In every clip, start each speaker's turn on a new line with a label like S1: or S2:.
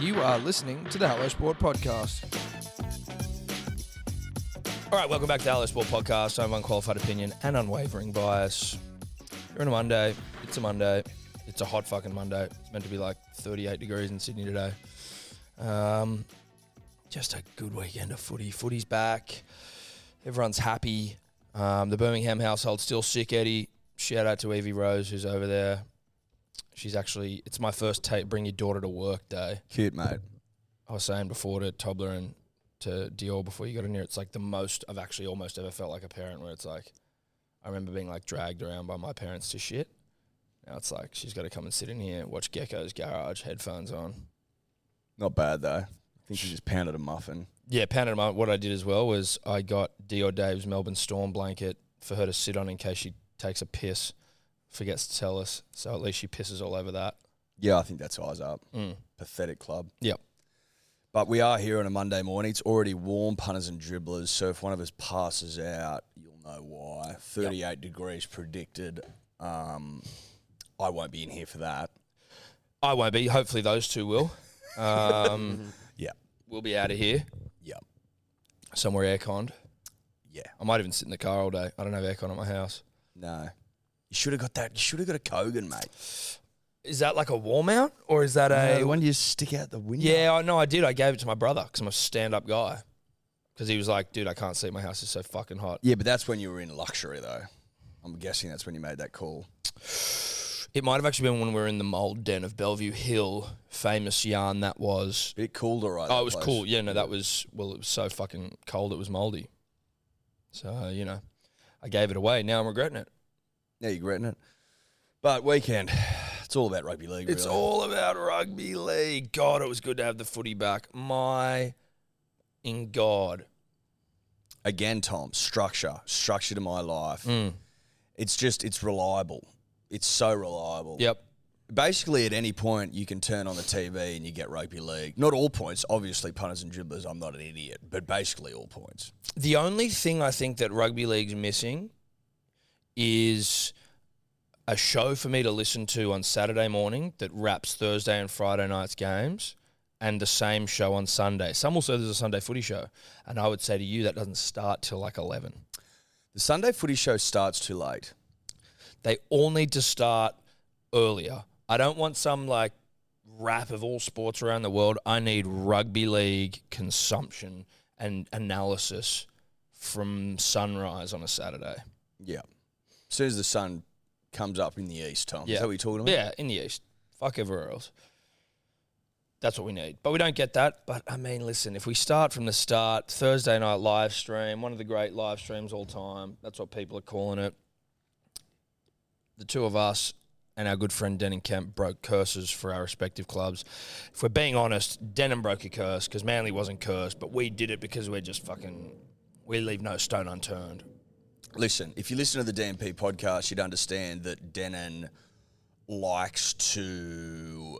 S1: You are listening to the Hello Sport Podcast. All right, welcome back to the Hello Sport Podcast. I'm unqualified opinion and unwavering bias. You're on a Monday. It's a Monday. It's a hot fucking Monday. It's meant to be like 38 degrees in Sydney today. Um, just a good weekend of footy. Footy's back. Everyone's happy. Um, the Birmingham household still sick, Eddie. Shout out to Evie Rose, who's over there. She's actually, it's my first take, bring your daughter to work day.
S2: Cute, mate.
S1: I was saying before to Tobler and to Dior before you got in here, it's like the most I've actually almost ever felt like a parent where it's like I remember being like dragged around by my parents to shit. Now it's like she's got to come and sit in here, watch Gecko's Garage, headphones on.
S2: Not bad though. I think she just pounded a muffin.
S1: Yeah, pounded my what I did as well was I got Dior Dave's Melbourne Storm blanket for her to sit on in case she takes a piss, forgets to tell us. So at least she pisses all over that.
S2: Yeah, I think that's eyes up.
S1: Mm.
S2: Pathetic club.
S1: Yep.
S2: But we are here on a Monday morning. It's already warm, punters and dribblers. So if one of us passes out, you'll know why. 38 degrees predicted. Um, I won't be in here for that.
S1: I won't be. Hopefully those two will. Um,
S2: Yeah.
S1: we'll be out of here
S2: Yep.
S1: somewhere airconned.
S2: Yeah.
S1: I might even sit in the car all day. I don't have aircon at my house.
S2: No. You should have got that. You should have got a Kogan, mate.
S1: Is that like a wall mount or is that
S2: No,
S1: a?
S2: the one you stick out the window.
S1: yeah, I know. I did. I gave it to my brother because I'm a stand-up guy. Because he was like, "Dude, I can't sleep. My house is so fucking hot."
S2: Yeah, but that's when you were in luxury, though. I'm guessing that's when you made that call.
S1: It might have actually been when we were in the mold den of Bellevue Hill. Famous yarn that was.
S2: Bit cooler, right?
S1: Oh,
S2: that
S1: it was
S2: place.
S1: cool. Yeah, no, that was. Well, it was so fucking cold. It was moldy. So you know, I gave it away. Now I'm regretting it.
S2: Yeah, you're regretting it. But weekend, it's all about rugby league.
S1: It's
S2: really.
S1: all about rugby league. God, it was good to have the footy back. My, in God.
S2: again, Tom. Structure, structure to my life.
S1: Mm.
S2: It's just, it's reliable. It's so reliable.
S1: Yep.
S2: Basically, at any point, you can turn on the TV and you get rugby league. Not all points, obviously. Punters and dribblers. I'm not an idiot, but basically all points.
S1: The only thing I think that rugby league's missing is a show for me to listen to on Saturday morning that wraps Thursday and Friday night's games and the same show on Sunday. Some will say there's a Sunday footy show. And I would say to you, that doesn't start till like 11.
S2: The Sunday footy show starts too late.
S1: They all need to start earlier. I don't want some like wrap of all sports around the world. I need rugby league consumption and analysis from sunrise on a Saturday.
S2: Yeah. As soon as the sun comes up in the east, Tom.
S1: Yeah.
S2: Is that what you're talking about?
S1: Yeah, in the East. Fuck everywhere else. That's what we need. But we don't get that. But I mean, listen, if we start from the start, Thursday night live stream, one of the great live streams all time. That's what people are calling it. The two of us and our good friend Denon Kemp broke curses for our respective clubs. If we're being honest, Denham broke a curse because Manly wasn't cursed, but we did it because we're just fucking, we leave no stone unturned.
S2: Listen, if you listen to the DMP podcast, you'd understand that Denon likes to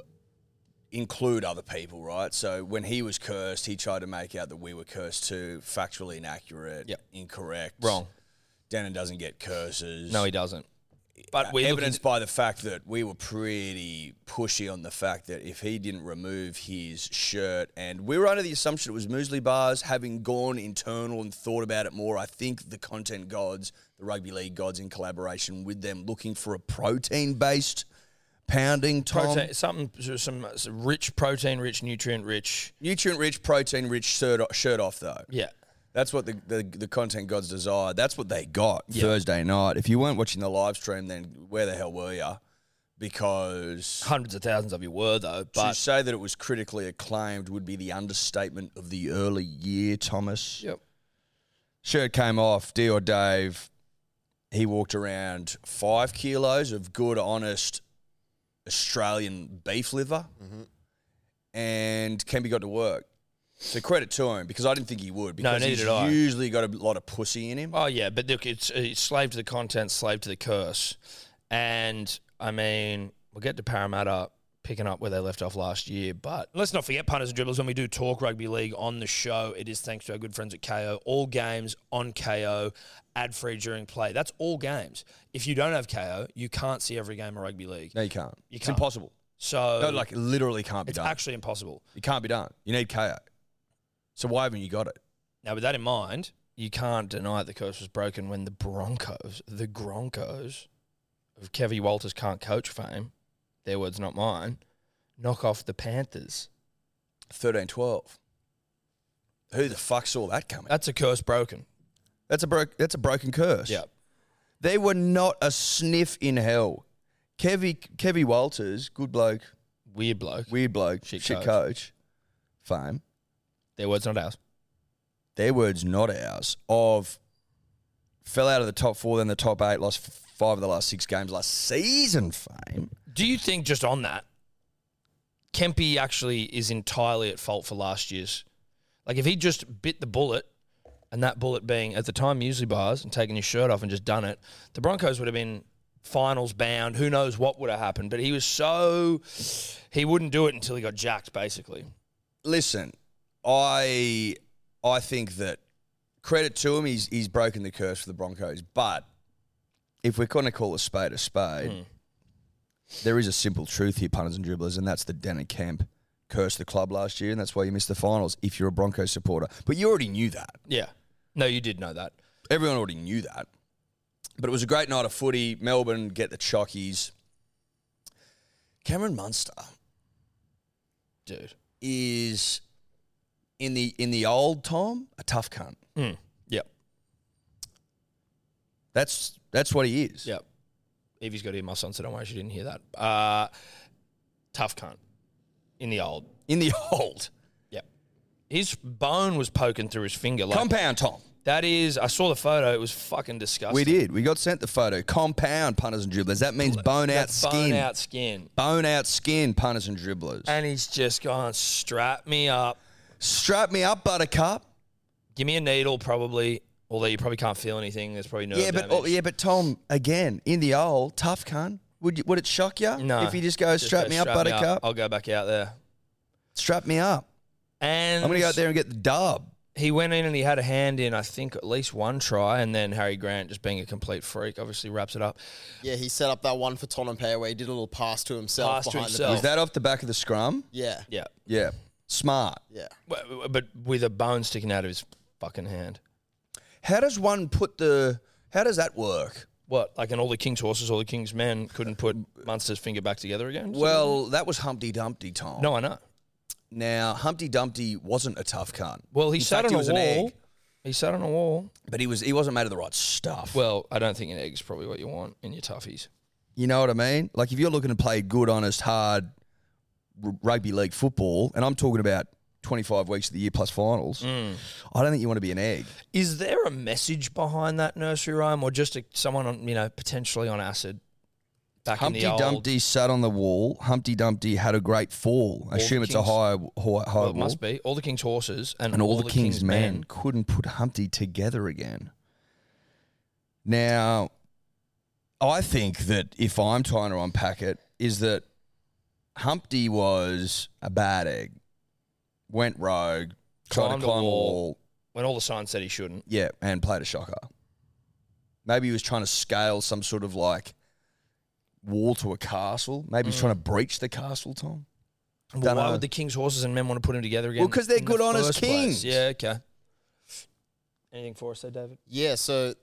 S2: include other people, right? So when he was cursed, he tried to make out that we were cursed too. Factually inaccurate,
S1: Yep.
S2: incorrect.
S1: Wrong.
S2: Denon doesn't get curses.
S1: No, he doesn't. Uh, But we
S2: evidenced by the fact that we were pretty pushy on the fact that if he didn't remove his shirt, and we were under the assumption it was Muesli Bars, having gone internal and thought about it more, I think the content gods, the rugby league gods, in collaboration with them, looking for a protein based pounding, Tom.
S1: protein, something, some, some rich protein, rich nutrient, rich.
S2: Nutrient rich, protein rich shirt, o- shirt off, though.
S1: Yeah,
S2: That's what the, the, the content gods desire. That's what they got Thursday night. If you weren't watching the live stream, then where the hell were you? Because
S1: hundreds of thousands of you were though,
S2: to
S1: but
S2: say that it was critically acclaimed would be the understatement of the early year, Thomas.
S1: yep.
S2: Shirt came off, D or Dave. He walked around five kilos of good, honest Australian beef liver.
S1: Mm-hmm.
S2: And Kemby got to work. So credit to him because I didn't think he would because
S1: neither
S2: he's
S1: did I.
S2: usually got a lot of pussy in him.
S1: Oh yeah, but look, it's, it's slave to the content, slave to the curse, and I mean we'll get to Parramatta picking up where they left off last year, but let's not forget punters and dribblers when we do talk rugby league on the show. It is thanks to our good friends at KO. All games on KO, ad free during play. That's all games. If you don't have KO, you can't see every game of rugby league.
S2: No, you can't.
S1: You
S2: it's
S1: can't.
S2: impossible.
S1: So
S2: No, like it literally can't be
S1: it's
S2: done.
S1: actually impossible.
S2: it can't be done. You need KO. So why haven't you got it?
S1: Now, with that in mind, you can't deny the curse was broken when the Broncos, the Broncos of Kevy Walters can't coach fame, their words, not mine, knock off the Panthers.
S2: 13 12. Who the fuck saw that coming?
S1: That's a curse broken.
S2: Uh, That's a broke that's a broken curse.
S1: Yeah.
S2: They were not a sniff in hell. Kevy Kevy Walters, good bloke,
S1: Weird bloke.
S2: weird bloke,
S1: Shit
S2: shit,
S1: coach.
S2: coach. fame.
S1: Their words, not ours.
S2: Their words, not ours. Of fell out of the top four, then the top eight, lost f- five of the last six games last season. Fame.
S1: Do you think, just on that, Kempy actually is entirely at fault for last year's? Like, if he just bit the bullet, and that bullet being at the time usually bars and taking his shirt off and just done it, the Broncos would have been finals bound. Who knows what would have happened? But he was so he wouldn't do it until he got jacked, basically.
S2: Listen, I I think that credit to him, he's he's broken the curse for the Broncos. But if we're going to call a spade a spade, there is a simple truth here, punters and dribblers, and that's the Danny Kemp cursed the club last year, and that's why you missed the finals. If you're a Broncos supporter, but you already knew that.
S1: Yeah. No, you did know that.
S2: Everyone already knew that. But it was a great night of footy. Melbourne get the chockies. Cameron Munster
S1: Dude.
S2: is in the in the old time a tough cunt.
S1: Mm. Yep.
S2: That's that's what he is.
S1: Yep. Evie's got earmuffs on, so don't worry, she didn't hear that. Uh, tough cunt. In the old.
S2: In the old
S1: Yep. His bone was poking through his finger. Like
S2: compound, Tom.
S1: that is, I saw the photo. It was fucking disgusting.
S2: We did. We got sent the photo. Compound punters and dribblers. That means bone out
S1: That bone
S2: skin.
S1: out skin,
S2: Bone out skin punters and dribblers.
S1: and he's just gone. Strap me up.
S2: Strap me up, Buttercup.
S1: Give me a needle, probably. Although you probably can't feel anything. There's probably nerve
S2: Yeah, but
S1: damage.
S2: oh, yeah, but Tom again in the old tough cunt. Would you, would it shock you
S1: no,
S2: if he just goes strap
S1: go
S2: me up, Buttercup?
S1: I'll go back out there.
S2: Strap me up.
S1: And
S2: I'm going to go out there and get the dub.
S1: he went in and he had a hand in, I think, at least one try, and then Harry Grant just being a complete freak, obviously wraps it up.
S3: Yeah, he set up that one for Tonompea where he did a little pass to himself
S1: Pass to
S3: behind
S1: himself.
S2: Was that off the back of the scrum?
S3: the Yeah.
S1: Yeah,
S2: Yeah. Smart.
S3: Yeah.
S1: but, but with a bone sticking out of his fucking hand.
S2: How does one put the. How does that work?
S1: What, like in all the king's horses, all the king's men couldn't put Munster's finger back together again?
S2: Well, that was Humpty Dumpty, Tom.
S1: no, I know.
S2: Now, Humpty Dumpty wasn't a tough cunt.
S1: Well, he
S2: In
S1: sat
S2: fact,
S1: on
S2: was
S1: a
S2: an
S1: wall.
S2: egg,
S1: He sat on a wall.
S2: but he was he wasn't made of the right stuff.
S1: Well, I don't think an egg's probably what you want in your toughies.
S2: You know what I mean? Like if you're looking to play good, honest, hard r- rugby league football, and I'm talking about 25 weeks of the year plus finals,
S1: Mm.
S2: I don't think you want to be an egg.
S1: Is there a message behind that nursery rhyme, or just a, someone on, you know, potentially on acid? Back
S2: Humpty
S1: in the old,
S2: Dumpty sat on the wall. Humpty Dumpty had a great fall. I
S1: the
S2: assume it's a
S1: king's-
S2: high, high, high
S1: Well, it
S2: wall.
S1: must be all the king's horses and,
S2: and all, the, king's, men, couldn't put Humpty together again. Now, I think that if I'm trying to unpack it, is that Humpty was a bad egg, went rogue, tried
S1: Climbed a
S2: to climb a
S1: wall.
S2: wall,
S1: when all the signs said he shouldn't.
S2: yeah, and played a shocker. Maybe he was trying to scale some sort of like wall to a castle. Maybe he's trying to breach the castle, Tom.
S1: Well,
S2: Dunno.
S1: why would the king's horses and men want to put him together again?
S2: Well, 'cause they're
S1: in the
S2: good, honest
S1: first place?
S2: kings.
S1: Yeah, okay. Anything for us there, David?
S3: Yeah, so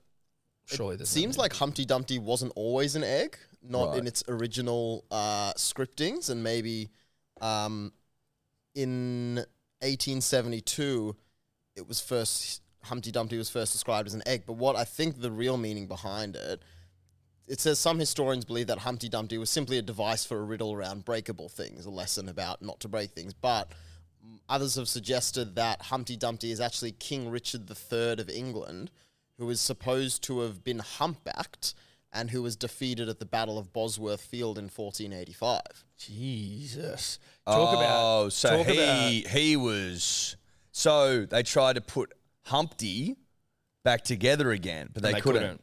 S1: Surely
S3: it
S1: there's
S3: seems like Humpty Dumpty wasn't always an egg, not
S2: Right.
S3: in its original uh, scriptings, and maybe um, in 1872, it was first Humpty Dumpty was first described as an egg. But what I think the real meaning behind it, it says some historians believe that Humpty Dumpty was simply a device for a riddle around breakable things, a lesson about not to break things, but. Others have suggested that Humpty Dumpty is actually King Richard III of England, who is supposed to have been humpbacked and who was defeated at the Battle of Bosworth Field in 1485.
S1: Jesus. Talk about
S2: Oh, so
S1: talk
S2: he
S1: about-
S2: he was. So they tried to put Humpty back together again, but they,
S1: they
S2: couldn't.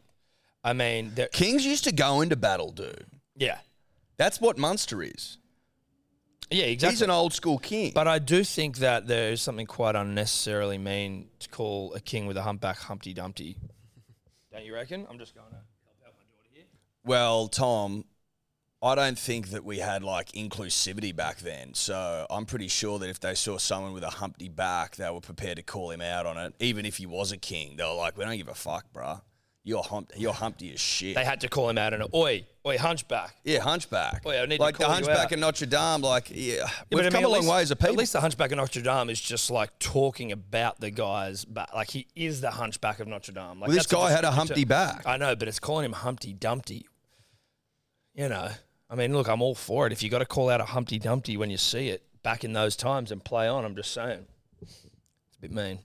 S1: I mean, there-
S2: Kings used to go into battle, dude.
S1: yeah,
S2: That's what Munster is.
S1: yeah,
S2: He's
S1: exactly.
S2: an old school king.
S1: But I do think that there is something quite unnecessarily mean to call a king with a humpback Humpty Dumpty. Don't you reckon? I'm just going to.
S2: well, Tom, I don't think that we had like inclusivity back then. So I'm pretty sure that if they saw someone with a humpty back, they were prepared to call him out on it, even if he was a king. They were like, "We don't give a fuck, bruh. You're humped. You're humpty as shit."
S1: They had to call him out and oi, oi, hunchback.
S2: yeah, hunchback.
S1: Well, yeah, I need to
S2: like
S1: call
S2: the
S1: you
S2: hunchback
S1: out.
S2: in Notre Dame. Like, yeah,
S1: Yeah,
S2: we've
S1: but I mean,
S2: come a
S1: at
S2: long
S1: least-
S2: ways of people.
S1: At least the Hunchback of Notre Dame is just like talking about the guy's back. Like he is the Hunchback of Notre Dame. Like
S2: Well, this
S1: that's
S2: guy had a
S1: descriptive
S2: humpty
S1: term.
S2: back.
S1: I know, but it's calling him Humpty Dumpty. You know, I mean, look, I'm all for it. If you got to call out a Humpty Dumpty when you see it back in those times and play on, I'm just saying, it's a bit mean.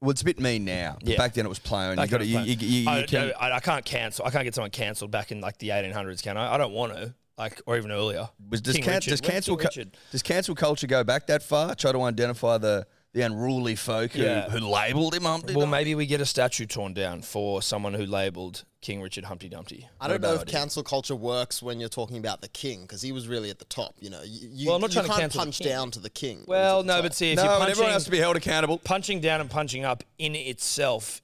S2: Well, it's a bit mean now. but
S1: Yeah. Oh,
S2: Back then it was plain. You
S1: Back
S2: got to
S1: in
S2: you,
S1: the
S2: you,
S1: day.
S2: you, you
S1: I,
S2: can-
S1: I, I can't cancel. I can't get someone cancelled back in like the 1800s, can I? I don't want to, like, or even earlier.
S2: was, does,
S1: King
S2: can,
S1: Richard.
S2: does
S1: Where's
S2: cancel
S1: King
S2: cu-
S1: Richard?
S2: does cancel culture go back that far? Try to identify the the unruly folk who,
S1: Yeah.
S2: who labelled him Humpty.
S1: Well,
S2: Dumpty?
S1: maybe we get a statue torn down for someone who labelled King Richard Humpty Dumpty.
S3: I don't
S2: Not a
S3: know
S2: bad
S3: if
S2: idea.
S3: cancel culture works when you're talking about the king because he was really at the top. You know, you, you,
S1: Well, I'm not
S3: you
S1: trying to
S3: can't
S1: cancel the
S3: punch
S1: king.
S3: down to the king.
S1: Well,
S3: He's at the
S1: no,
S3: top.
S1: but see, if
S2: no,
S1: you're
S2: and
S1: punching,
S2: everyone has to be held accountable.
S1: punching down and punching up in itself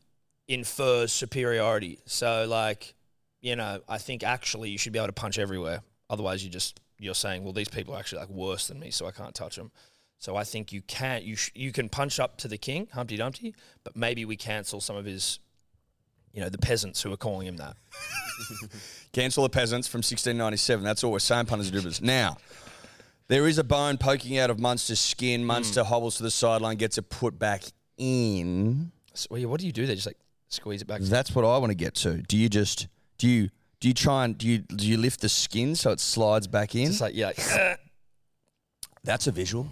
S1: infers superiority. So, like, you know, I think actually you should be able to punch everywhere. Otherwise, you just you're saying, well, these people are actually like worse than me, so I can't touch them. So I think you can't you sh- you can punch up to the king Humpty Dumpty, but maybe we cancel some of his, you know, the peasants who are calling him that.
S2: Cancel the peasants from 1697. That's all we're saying, punters and doobers. Now, there is a bone poking out of Munster's skin. Munster
S1: Hmm.
S2: hobbles to the sideline, gets it put back in.
S1: So, well, yeah, what do you do there? Just like squeeze it back.
S2: That's what I want to get to. Do you just do you do you try and do you do you lift the skin so it slides back in?
S1: It's like yeah. Like,
S2: That's a visual.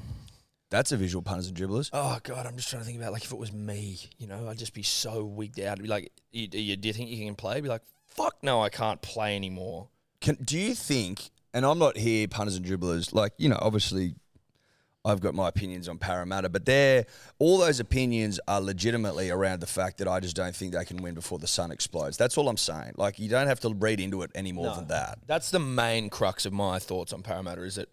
S2: That's a visual, punters and dribblers.
S1: Oh God, I'm just trying to think about like if it was me, you know, I'd just be so wigged out. I'd be like, you, you, "Do you think you can play?" I'd be like, "Fuck no, I can't play anymore."
S2: Can, do you think? And I'm not here, punters and dribblers. Like you know, obviously, I've got my opinions on Parramatta, but they're all those opinions are legitimately around the fact that I just don't think they can win before the sun explodes. That's all I'm saying. Like you don't have to read into it any more than that.
S1: That's the main crux of my thoughts on Parramatta is that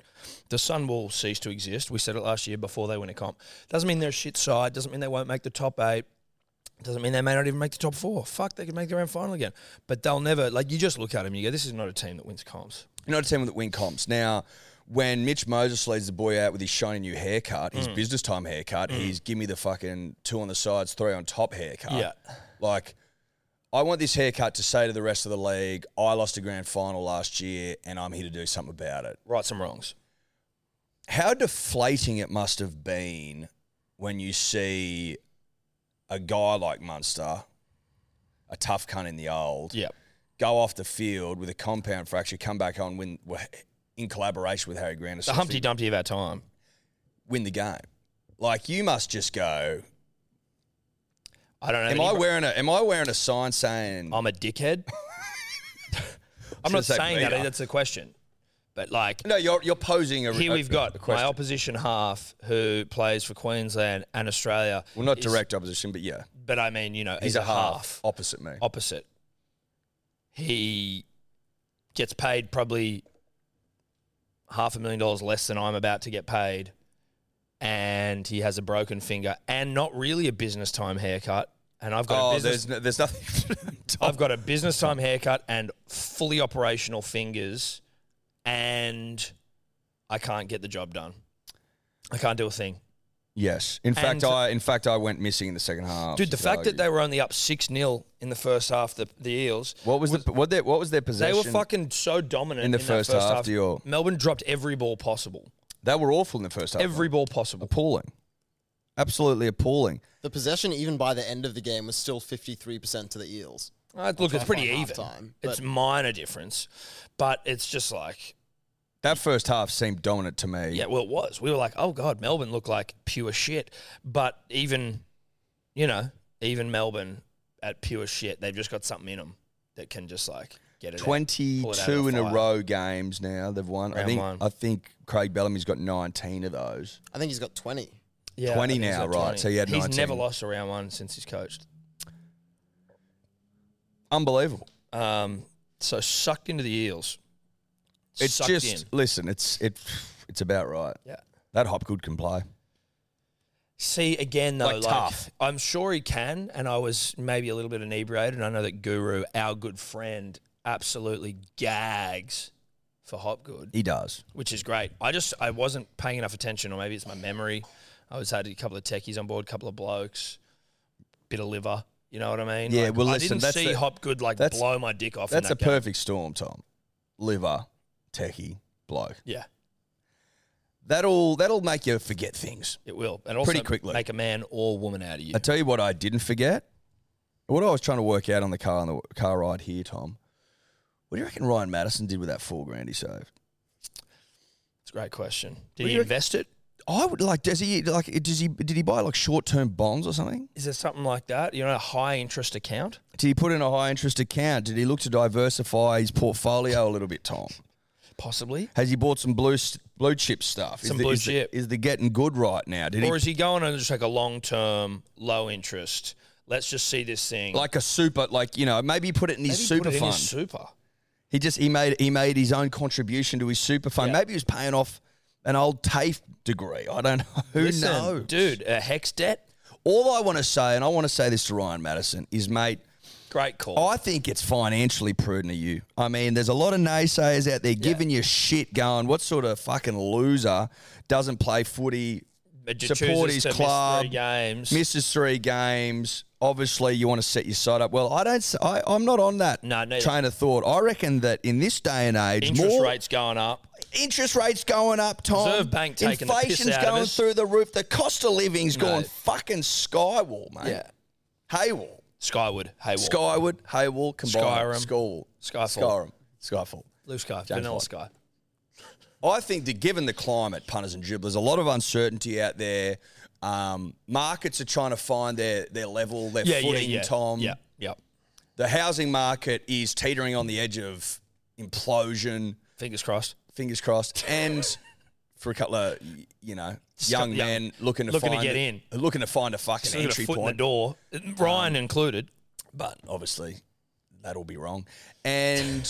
S1: the Sun will cease to exist. We said it last year before they win a comp. Doesn't mean they're a shit side. Doesn't mean they won't make the top eight. Doesn't mean they may not even make the top four. Fuck, they could make the grand final again. But they'll never, like, you just look at them, you go, this is not a team that wins comps.
S2: You're not a team that win comps. Now, when Mitch Moses leads the boy out with his shiny new haircut, his business time haircut, his give me the fucking two on the sides, three on top haircut.
S1: Yeah.
S2: Like, I want this haircut to say to the rest of the league, I lost a grand final last year and I'm here to do something about it.
S1: Right some wrongs.
S2: How deflating it must have been when you see a guy like Munster, a tough cunt in the old,
S1: Yeah.
S2: go off the field with a compound fracture, come back on, win in collaboration with Harry Grant.
S1: The Humpty Dumpty of our time.
S2: win the game. Like you must just go.
S1: I Oh. don't know.
S2: Am
S1: any-
S2: I wearing a? Am I wearing a sign saying?
S1: I'm a dickhead. I'm not
S2: Should've said
S1: saying that.
S2: Vega.
S1: That's a question. But like
S2: no, you're you're posing a.
S1: here,
S2: a-
S1: we've got
S2: a
S1: my
S2: question.
S1: opposition half who plays for Queensland and Australia.
S2: well, not
S1: is-
S2: direct opposition, but yeah,
S1: But I mean, you know,
S2: he's a half opposite me.
S1: opposite. He gets paid probably half a million dollars less than I'm about to get paid, and he has a broken finger and not really a business time haircut. And I've got a
S2: Oh,
S1: business
S2: there's no, there's nothing.
S1: I've got a business time haircut and fully operational fingers, and I can't get the job done. I can't do a thing.
S2: yes, in fact,
S1: And-
S2: I in fact I went missing in the second half.
S1: Dude, the
S2: so-
S1: fact that they were only up 6 0 in the first half, the, the Eels,
S2: what was, the what their what was their
S1: they
S2: possession?
S1: were fucking so dominant
S2: in the
S1: that
S2: first half, Dior.
S1: Melbourne dropped every ball possible.
S2: They were awful in the first half.
S1: Every ball possible.
S2: appalling, absolutely appalling.
S3: the possession even by the end of the game was still fifty three percent to the Eels.
S1: Uh, look, it's pretty
S3: by
S1: even.
S3: halftime,
S1: it's
S3: but-
S1: minor difference, but it's just like,
S2: That first half seemed dominant to me.
S1: Yeah, well, it was. We were like, oh god, Melbourne looked like pure shit. But even, you know, even Melbourne at pure shit, they've just got something in them that can just like get it. out. Pull it out of
S2: 22
S1: the
S2: in a
S1: fire.
S2: row games now they've won. I
S1: Round
S2: think
S1: one.
S2: I think Craig Bellamy's got 19 of those.
S3: I think he's got twenty.
S1: Yeah,
S2: 20
S1: I think he's
S2: now,
S1: at
S2: right, so he had
S1: he's
S2: 19.
S1: never lost a round one since he's coached.
S2: Unbelievable.
S1: Um, so sucked into the eels.
S2: It's
S1: sucked
S2: just
S1: in.
S2: listen, it's it it's about right.
S1: Yeah.
S2: That Hopgood can play.
S1: See again though, like,
S2: Like, tough.
S1: I'm sure he can, and I was maybe a little bit inebriated. And I know that Guru, our good friend, absolutely gags for Hopgood,
S2: He does.
S1: which is great. I just I wasn't paying enough attention, or maybe it's my memory. I was had a couple of techies on board, a couple of blokes, bit of liver. You know what I mean?
S2: Yeah,
S1: Like,
S2: well,
S1: I
S2: listen,
S1: didn't
S2: that's
S1: see
S2: a-
S1: Hopgood like
S2: that's-
S1: blow my dick off.
S2: That's
S1: in
S2: a
S1: that game.
S2: perfect storm, Tom. Liver, techie, bloke.
S1: Yeah,
S2: That'll that'll make you forget things.
S1: it will, and also
S2: Pretty quickly.
S1: make a man or woman out of you.
S2: I tell you what, I didn't forget. What I was trying to work out on the car on the car ride here, Tom. What do you reckon Ryan Madison did with that four grand he saved?
S1: It's a great question. Did
S2: What do
S1: he
S2: you-
S1: invest it?
S2: I would like. Does he like? Does he? Did he buy like short term bonds or something?
S1: Is there something like that? You know, a high interest account.
S2: Did he put in a high interest account? Did he look to diversify his portfolio a little bit, Tom?
S1: Possibly.
S2: Has he bought some blue s- blue chip stuff? Is
S1: Some
S2: the-
S1: blue
S2: is the-
S1: chip.
S2: is the getting good right now? Did
S1: Or
S2: he
S1: is he going on just like a long term, low interest? Let's just see this thing.
S2: like a super like you know maybe he put it in his
S1: Maybe
S2: super
S1: put it in
S2: fund?
S1: his super.
S2: he just he made he made his own contribution to his super fund.
S1: Yeah.
S2: Maybe he was paying off an old TAFE degree. I don't know. Who
S1: Listen,
S2: knows?
S1: dude? A hex debt.
S2: All I want to say, and I want to say this to Ryan Madison, is mate.
S1: Great call.
S2: I think it's financially prudent of you. I mean, there's a lot of naysayers out there giving you shit, going, "What sort of fucking loser doesn't play footy,
S1: But just
S2: support
S1: chooses
S2: his
S1: to miss
S2: club,
S1: three games.
S2: misses three games. Obviously, you want to set your side up. Well, I don't. s- I, am not on that
S1: No, neither.
S2: train of thought. I reckon that in this day and age,
S1: interest
S2: more
S1: rates going up.
S2: interest rates going up, Tom.
S1: Reserve Bank taking the piss
S2: Inflation's
S1: out of
S2: going
S1: us.
S2: through the roof. The cost of living's gone
S1: Mate.
S2: fucking skywall, mate. Haywall,
S1: Skyward, Hayward,
S2: Skyward, Haywall, combined,
S1: Skyrim.
S2: Skywall,
S1: Skyfall.
S2: Skyrim, Skyfall.
S1: blue sky,
S2: James
S1: vanilla
S2: White.
S1: sky.
S2: I think that given the climate, punters and dribblers, a lot of uncertainty out there. Um, markets are trying to find their their level, their
S1: Yeah, yeah,
S2: footing.
S1: yeah.
S2: Tom,
S1: Yeah, yeah.
S2: the housing market is teetering on the edge of implosion.
S1: Fingers crossed.
S2: fingers crossed. And for a couple of y- you know young
S1: couple young-
S2: men looking to
S1: looking to
S2: find
S1: get in.
S2: looking to find a fucking
S1: Still got a
S2: entry
S1: foot in the
S2: point,
S1: door. Uh, Ryan
S2: Um,
S1: included.
S2: but obviously that'll be wrong. And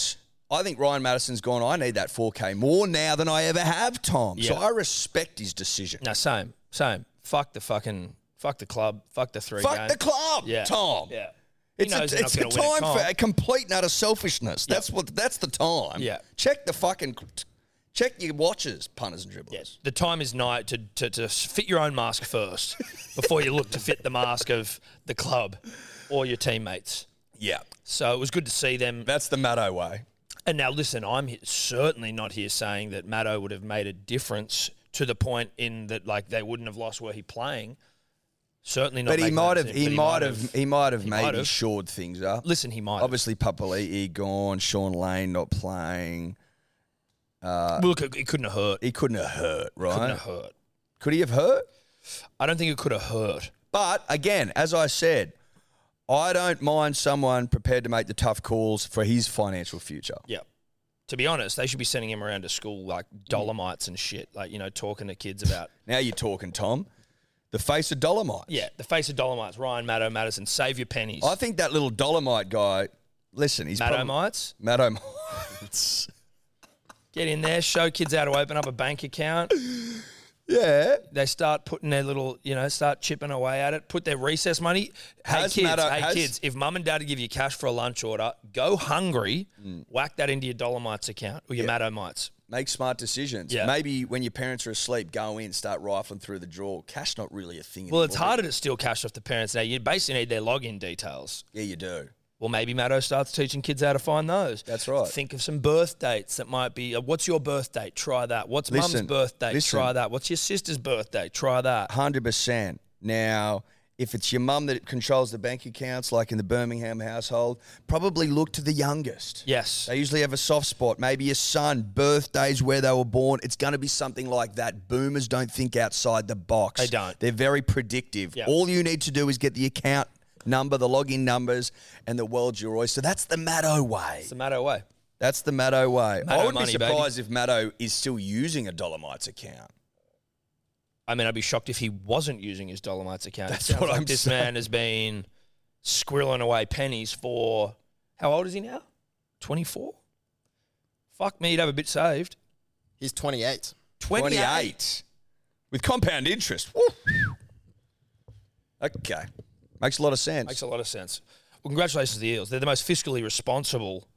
S2: I think Ryan Madison's gone. I need that 4K more now than I ever have, Tom. So
S1: Yeah.
S2: I respect his decision.
S1: No, same, same. Fuck the fucking, fuck the club, fuck the three.
S2: Fuck
S1: game.
S2: the club,
S1: yeah,
S2: Tom.
S1: Yeah, He
S2: It's a,
S1: knows they're
S2: it's a
S1: not gonna win
S2: time for a complete and utter selfishness. That's what. That's the time.
S1: Yeah.
S2: Check the fucking, check your watches, punters and dribblers.
S1: The time is night to, to, to fit your own mask first before you look to fit the mask of the club or your teammates.
S2: Yeah,
S1: So it was good to see them.
S2: that's the Maddo way.
S1: And now, listen, I'm he- certainly not here saying that Maddo would have made a difference to the point in that like they wouldn't have lost were he playing. Certainly not.
S2: But he
S1: making
S2: might
S1: that
S2: have.
S1: decision,
S2: He
S1: but
S2: might have. He might have
S1: might
S2: maybe
S1: have.
S2: shored things up.
S1: Listen, he might. Have.
S2: Obviously, Papali'i gone. Sean Lane not playing.
S1: Look, it, it couldn't have hurt. It
S2: He couldn't have hurt, right?
S1: couldn't have hurt.
S2: Could he have hurt?
S1: I don't think it could have hurt.
S2: But again, as I said, I don't mind someone prepared to make the tough calls for his financial future.
S1: Yeah. To be honest, they should be sending him around to school like Dolomites and shit, like you know, talking to kids about
S2: Now you're talking, Tom. The face of Dolomite.
S1: yeah, the face of Dolomites, Ryan Maddo Madison, save your pennies.
S2: I think that little Dolomite guy. Listen, he's probably-
S1: Maddomites,
S2: Maddo.
S1: get in there, show kids how to open up a bank account.
S2: yeah.
S1: They start putting their little, you know, start chipping away at it. Put their recess money. Hey
S2: Has
S1: kids,
S2: Maddo-
S1: hey
S2: has-
S1: kids, if mum and dad give you cash for a lunch order, go hungry,
S2: Mm.
S1: whack that into your Dolomites account or your Maddomites.
S2: Make smart decisions.
S1: Yeah.
S2: Maybe when your parents are asleep, go in, start rifling through the drawer. Cash not really a thing.
S1: Well, it's
S2: anymore.
S1: harder to steal cash off the parents now. You basically need their login details.
S2: Yeah, you do.
S1: Well, maybe Maddo starts teaching kids how to find those.
S2: That's right.
S1: Think of some birth dates that might be. uh, What's your birth date? Try that. What's mum's
S2: Listen,
S1: birth date?
S2: listen.
S1: Try that. What's your sister's birthday? Try that.
S2: Hundred percent. Now, if it's your mum that controls the bank accounts, like in the Birmingham household, probably look to the youngest.
S1: Yes.
S2: They usually have a soft spot. Maybe your son, birthdays, where they were born. It's going to be something like that. Boomers don't think outside the box.
S1: They don't.
S2: They're very predictive.
S1: Yeah.
S2: All you need to do is get the account number, the login numbers, and the world's your oyster. That's the Maddo way.
S1: It's the Maddo way.
S2: That's the Maddo way.
S1: Maddo
S2: I would
S1: money,
S2: be surprised if Maddo is still using a Dolomites account.
S1: I mean, I'd be shocked if he wasn't using his Dolomites account. It
S2: That's
S1: sounds
S2: what
S1: like
S2: I'm
S1: This man has been squirreling away pennies for how old is he now? Twenty four. Fuck me, he'd have a bit saved.
S3: He's 28.
S1: 28.
S2: with compound interest. Woo. okay, makes a lot of sense.
S1: Makes a lot of sense. Well, congratulations to the Eels. They're the most fiscally responsible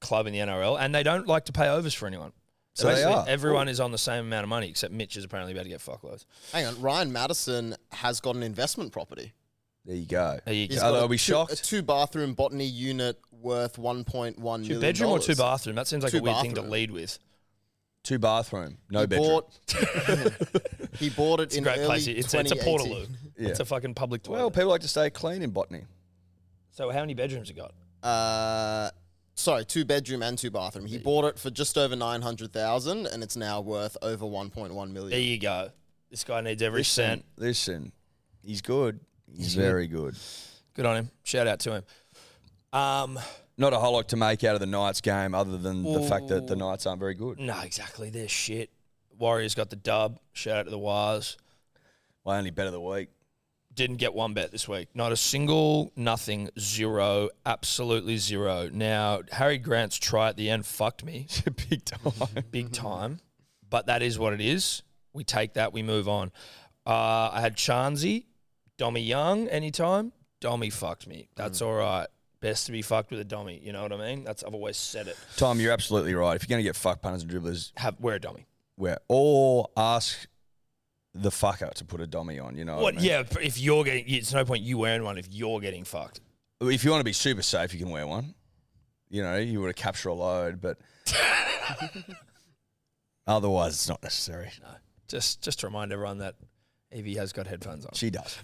S1: club in the NRL, and they don't like to pay overs for anyone.
S2: So they
S1: Basically,
S2: are.
S1: Everyone is on the same amount of money, except Mitch is apparently about to get fuckloads.
S3: Hang on, Ryan Madison has got an investment property.
S2: There you go.
S1: There you
S3: He's
S1: go.
S3: got
S2: Although
S3: a
S2: I'll be
S3: two-
S2: shocked.
S3: A two-bathroom botany unit worth 1.1 million.
S1: Two bedroom or two
S3: dollars.
S1: bathroom? That seems like
S3: Two
S1: a weird thing to
S3: bathroom.
S1: lead with.
S2: Two bathroom, no
S3: he
S2: bedroom.
S3: Bought, he bought it in
S1: Great
S3: early
S1: place. It's, it's a
S3: 2018.
S1: Portaloo.
S2: Yeah.
S1: It's a fucking public toilet.
S2: Well, people like to stay clean in botany.
S1: so how many bedrooms you got?
S3: Uh, sorry, two bedroom and two bathroom. He bought it for just over 900,000 and it's now worth over 1.1
S1: There
S3: million.
S1: you go. This guy needs every
S2: Listen,
S1: cent.
S2: listen, he's good. He's very good.
S1: Good on him. Shout out to him. Um,
S2: Not a whole lot to make out of the Knights game other than the fact that the
S1: Ooh.
S2: Knights aren't very good.
S1: no, exactly. They're shit. Warriors got the dub. Shout out to the Wires.
S2: My only bet of the week.
S1: didn't get one bet this week. Not a single, nothing, zero, absolutely zero. Now, Harry Grant's try at the end fucked me
S2: Big time.
S1: big time, but that is what it is. We take that, we move on. Uh, I had Chanzi, Dommy Young anytime. Dommy fucked me.
S2: Mm.
S1: That's all right. Best to be fucked with a Dommy. You know what I mean? That's I've always said it.
S2: Tom, you're absolutely right. If you're going to get fuck punters and dribblers,
S1: Have wear a Dommy.
S2: where or ask the fucker to put a dummy on, you know. What,
S1: What? Yeah. If you're getting, it's no point you wearing one if you're getting fucked.
S2: I mean? If you want to be super safe, you can wear one. You know, you want to capture a load, but otherwise, it's not necessary.
S1: Just, just to remind everyone that Evie has got headphones on.
S2: She does.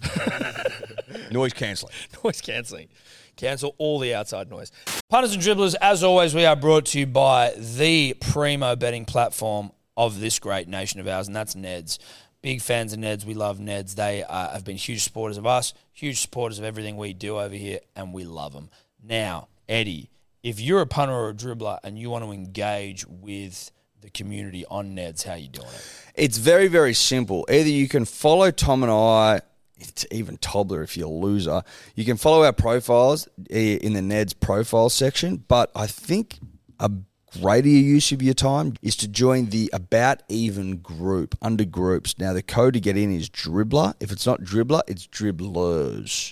S2: Noise cancelling.
S1: noise cancelling. Cancel all the outside noise. Punters and dribblers, as always, we are brought to you by the primo betting platform of this great nation of ours, and that's Neds. Big fans of Neds. We love Neds. They uh, have been huge supporters of us, huge supporters of everything we do over here, and we love them. Now, Eddie, if you're a punter or a dribbler and you want to engage with the community on Neds, how you doing it?
S2: It's very, very simple. Either you can follow Tom and I, it's even Tobler if you're a loser. You can follow our profiles eh, in the Ned's profile section, but I think a greater use of your time is to join the About Even group under groups. Now, the code to get in is Dribbler. If it's not Dribbler, it's Dribblers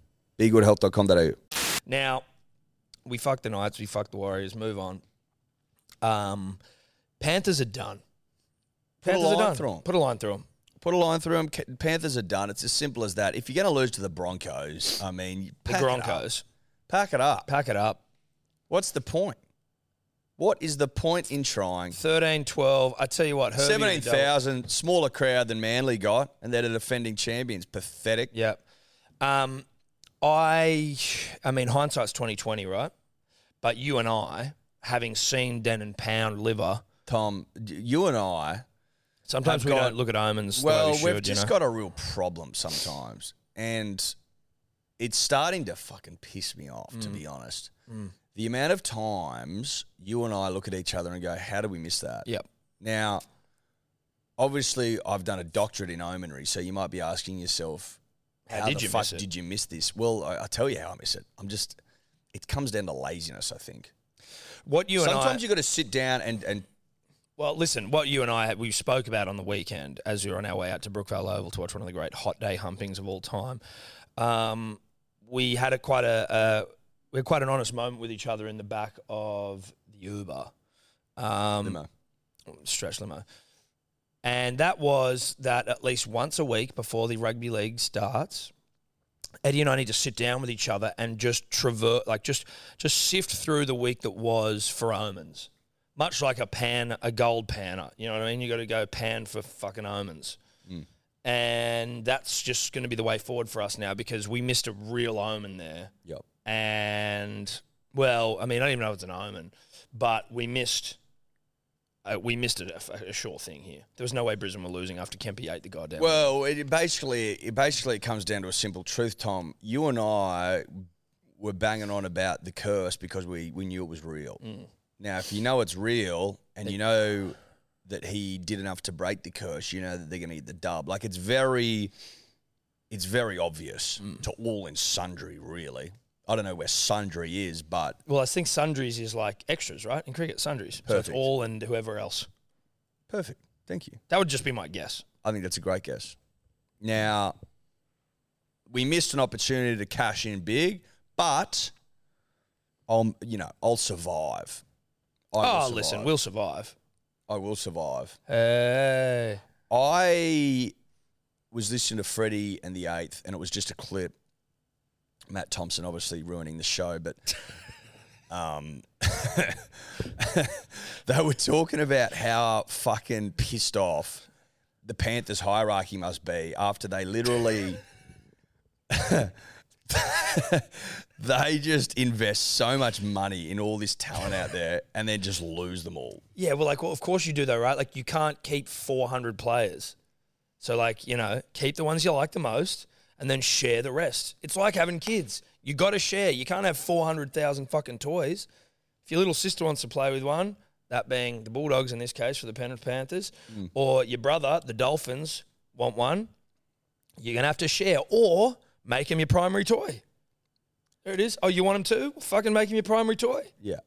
S2: BeGoodHealth.com.au.
S1: Now, we fucked the Knights, we fucked the Warriors, move on. Um, Panthers are done.
S2: Put a
S1: Panthers are
S2: line
S1: done.
S2: through 'em.
S1: Put a line through them.
S2: Put a line through them. Panthers are done. It's as simple as that. If you're going to lose to the Broncos, I mean, you
S1: The
S2: pack It up.
S1: Broncos.
S2: Pack it up.
S1: Pack it up.
S2: What's the point? What is the point in trying?
S1: 13, 12. I tell you what, Herbie. with the double-
S2: 17,000, smaller crowd than Manly got, and they're the defending champions. Pathetic.
S1: Yep. Um, I, I mean, hindsight's 2020, right? But you and I, having seen Den and Pound liver,
S2: Tom, d- you and I,
S1: sometimes
S2: I've
S1: we
S2: got-
S1: don't look at omens. the way
S2: well,
S1: we
S2: we've
S1: should, you
S2: just
S1: know?
S2: got a real problem sometimes. And it's starting to fucking piss me off,
S1: Mm.
S2: to be honest. The amount of times you and I look at each other and go, how do we miss that?
S1: Yep.
S2: Now, obviously, I've done a doctorate in omenry, so you might be asking yourself,
S1: How
S2: how,
S1: did
S2: the
S1: you
S2: fuck
S1: miss it?
S2: did you miss this? Well, I, I'll tell you how I miss it. I'm just, it comes down to laziness, I think.
S1: What you and I.
S2: Sometimes you got to sit down and, and
S1: Well, listen, what you and I we spoke about on the weekend as we were on our way out to Brookvale Oval to watch one of the great hot day humpings of all time. Um, we had a quite a uh, we had quite an honest moment with each other in the back of the Uber um,
S2: limo.
S1: stretch limo, and that was that at least once a week before the rugby league starts. Eddie and I need to sit down with each other and just traverse, like just just sift through the week that was for omens much like a pan, a gold panner. You know what I mean? You got to go pan for fucking omens. And that's just going to be the way forward for us now because we missed a real omen there.
S2: Yep.
S1: And well, I mean, I don't even know if it's an omen, but we missed. Uh, we missed a, a sure thing here. There was no way Brisbane were losing after Kempy ate the goddamn.
S2: Well, it basically it basically comes down to a simple truth, Tom. You and I were banging on about the curse because we, we knew it was real. Now, if you know it's real and you know that he did enough to break the curse, you know that they're going to eat the dub. Like it's very, it's very obvious to all and sundry. Really, I don't know where sundry is, but
S1: well, I think sundries is like extras, right? In cricket, sundries. So it's
S2: Perfect.
S1: all and whoever else.
S2: perfect. Thank you.
S1: That would just be my guess.
S2: I think that's a great guess. Now, we missed an opportunity to cash in big, but I'll, you know, I'll survive. I will
S1: oh,
S2: survive.
S1: listen, we'll survive.
S2: I will survive.
S1: Hey.
S2: I was listening to Freddie and the Eighth, and it was just a clip. Matt Thompson obviously ruining the show, but um, they were talking about how fucking pissed off the Panthers hierarchy must be after they literally. they just invest so much money in all this talent out there and then just lose them all.
S1: Yeah, well, like, well, of course you do though, right? Like, you can't keep 400 players. So, like, you know, keep the ones you like the most and then share the rest. It's like having kids. You got to share. You can't have 400,000 fucking toys. If your little sister wants to play with one, that being the Bulldogs in this case for the Penrith Panthers, or your brother, the Dolphins, want one, you're going to have to share or make him your primary toy. There it is. Oh, you want him too? Fucking make him your primary toy.
S2: Yeah.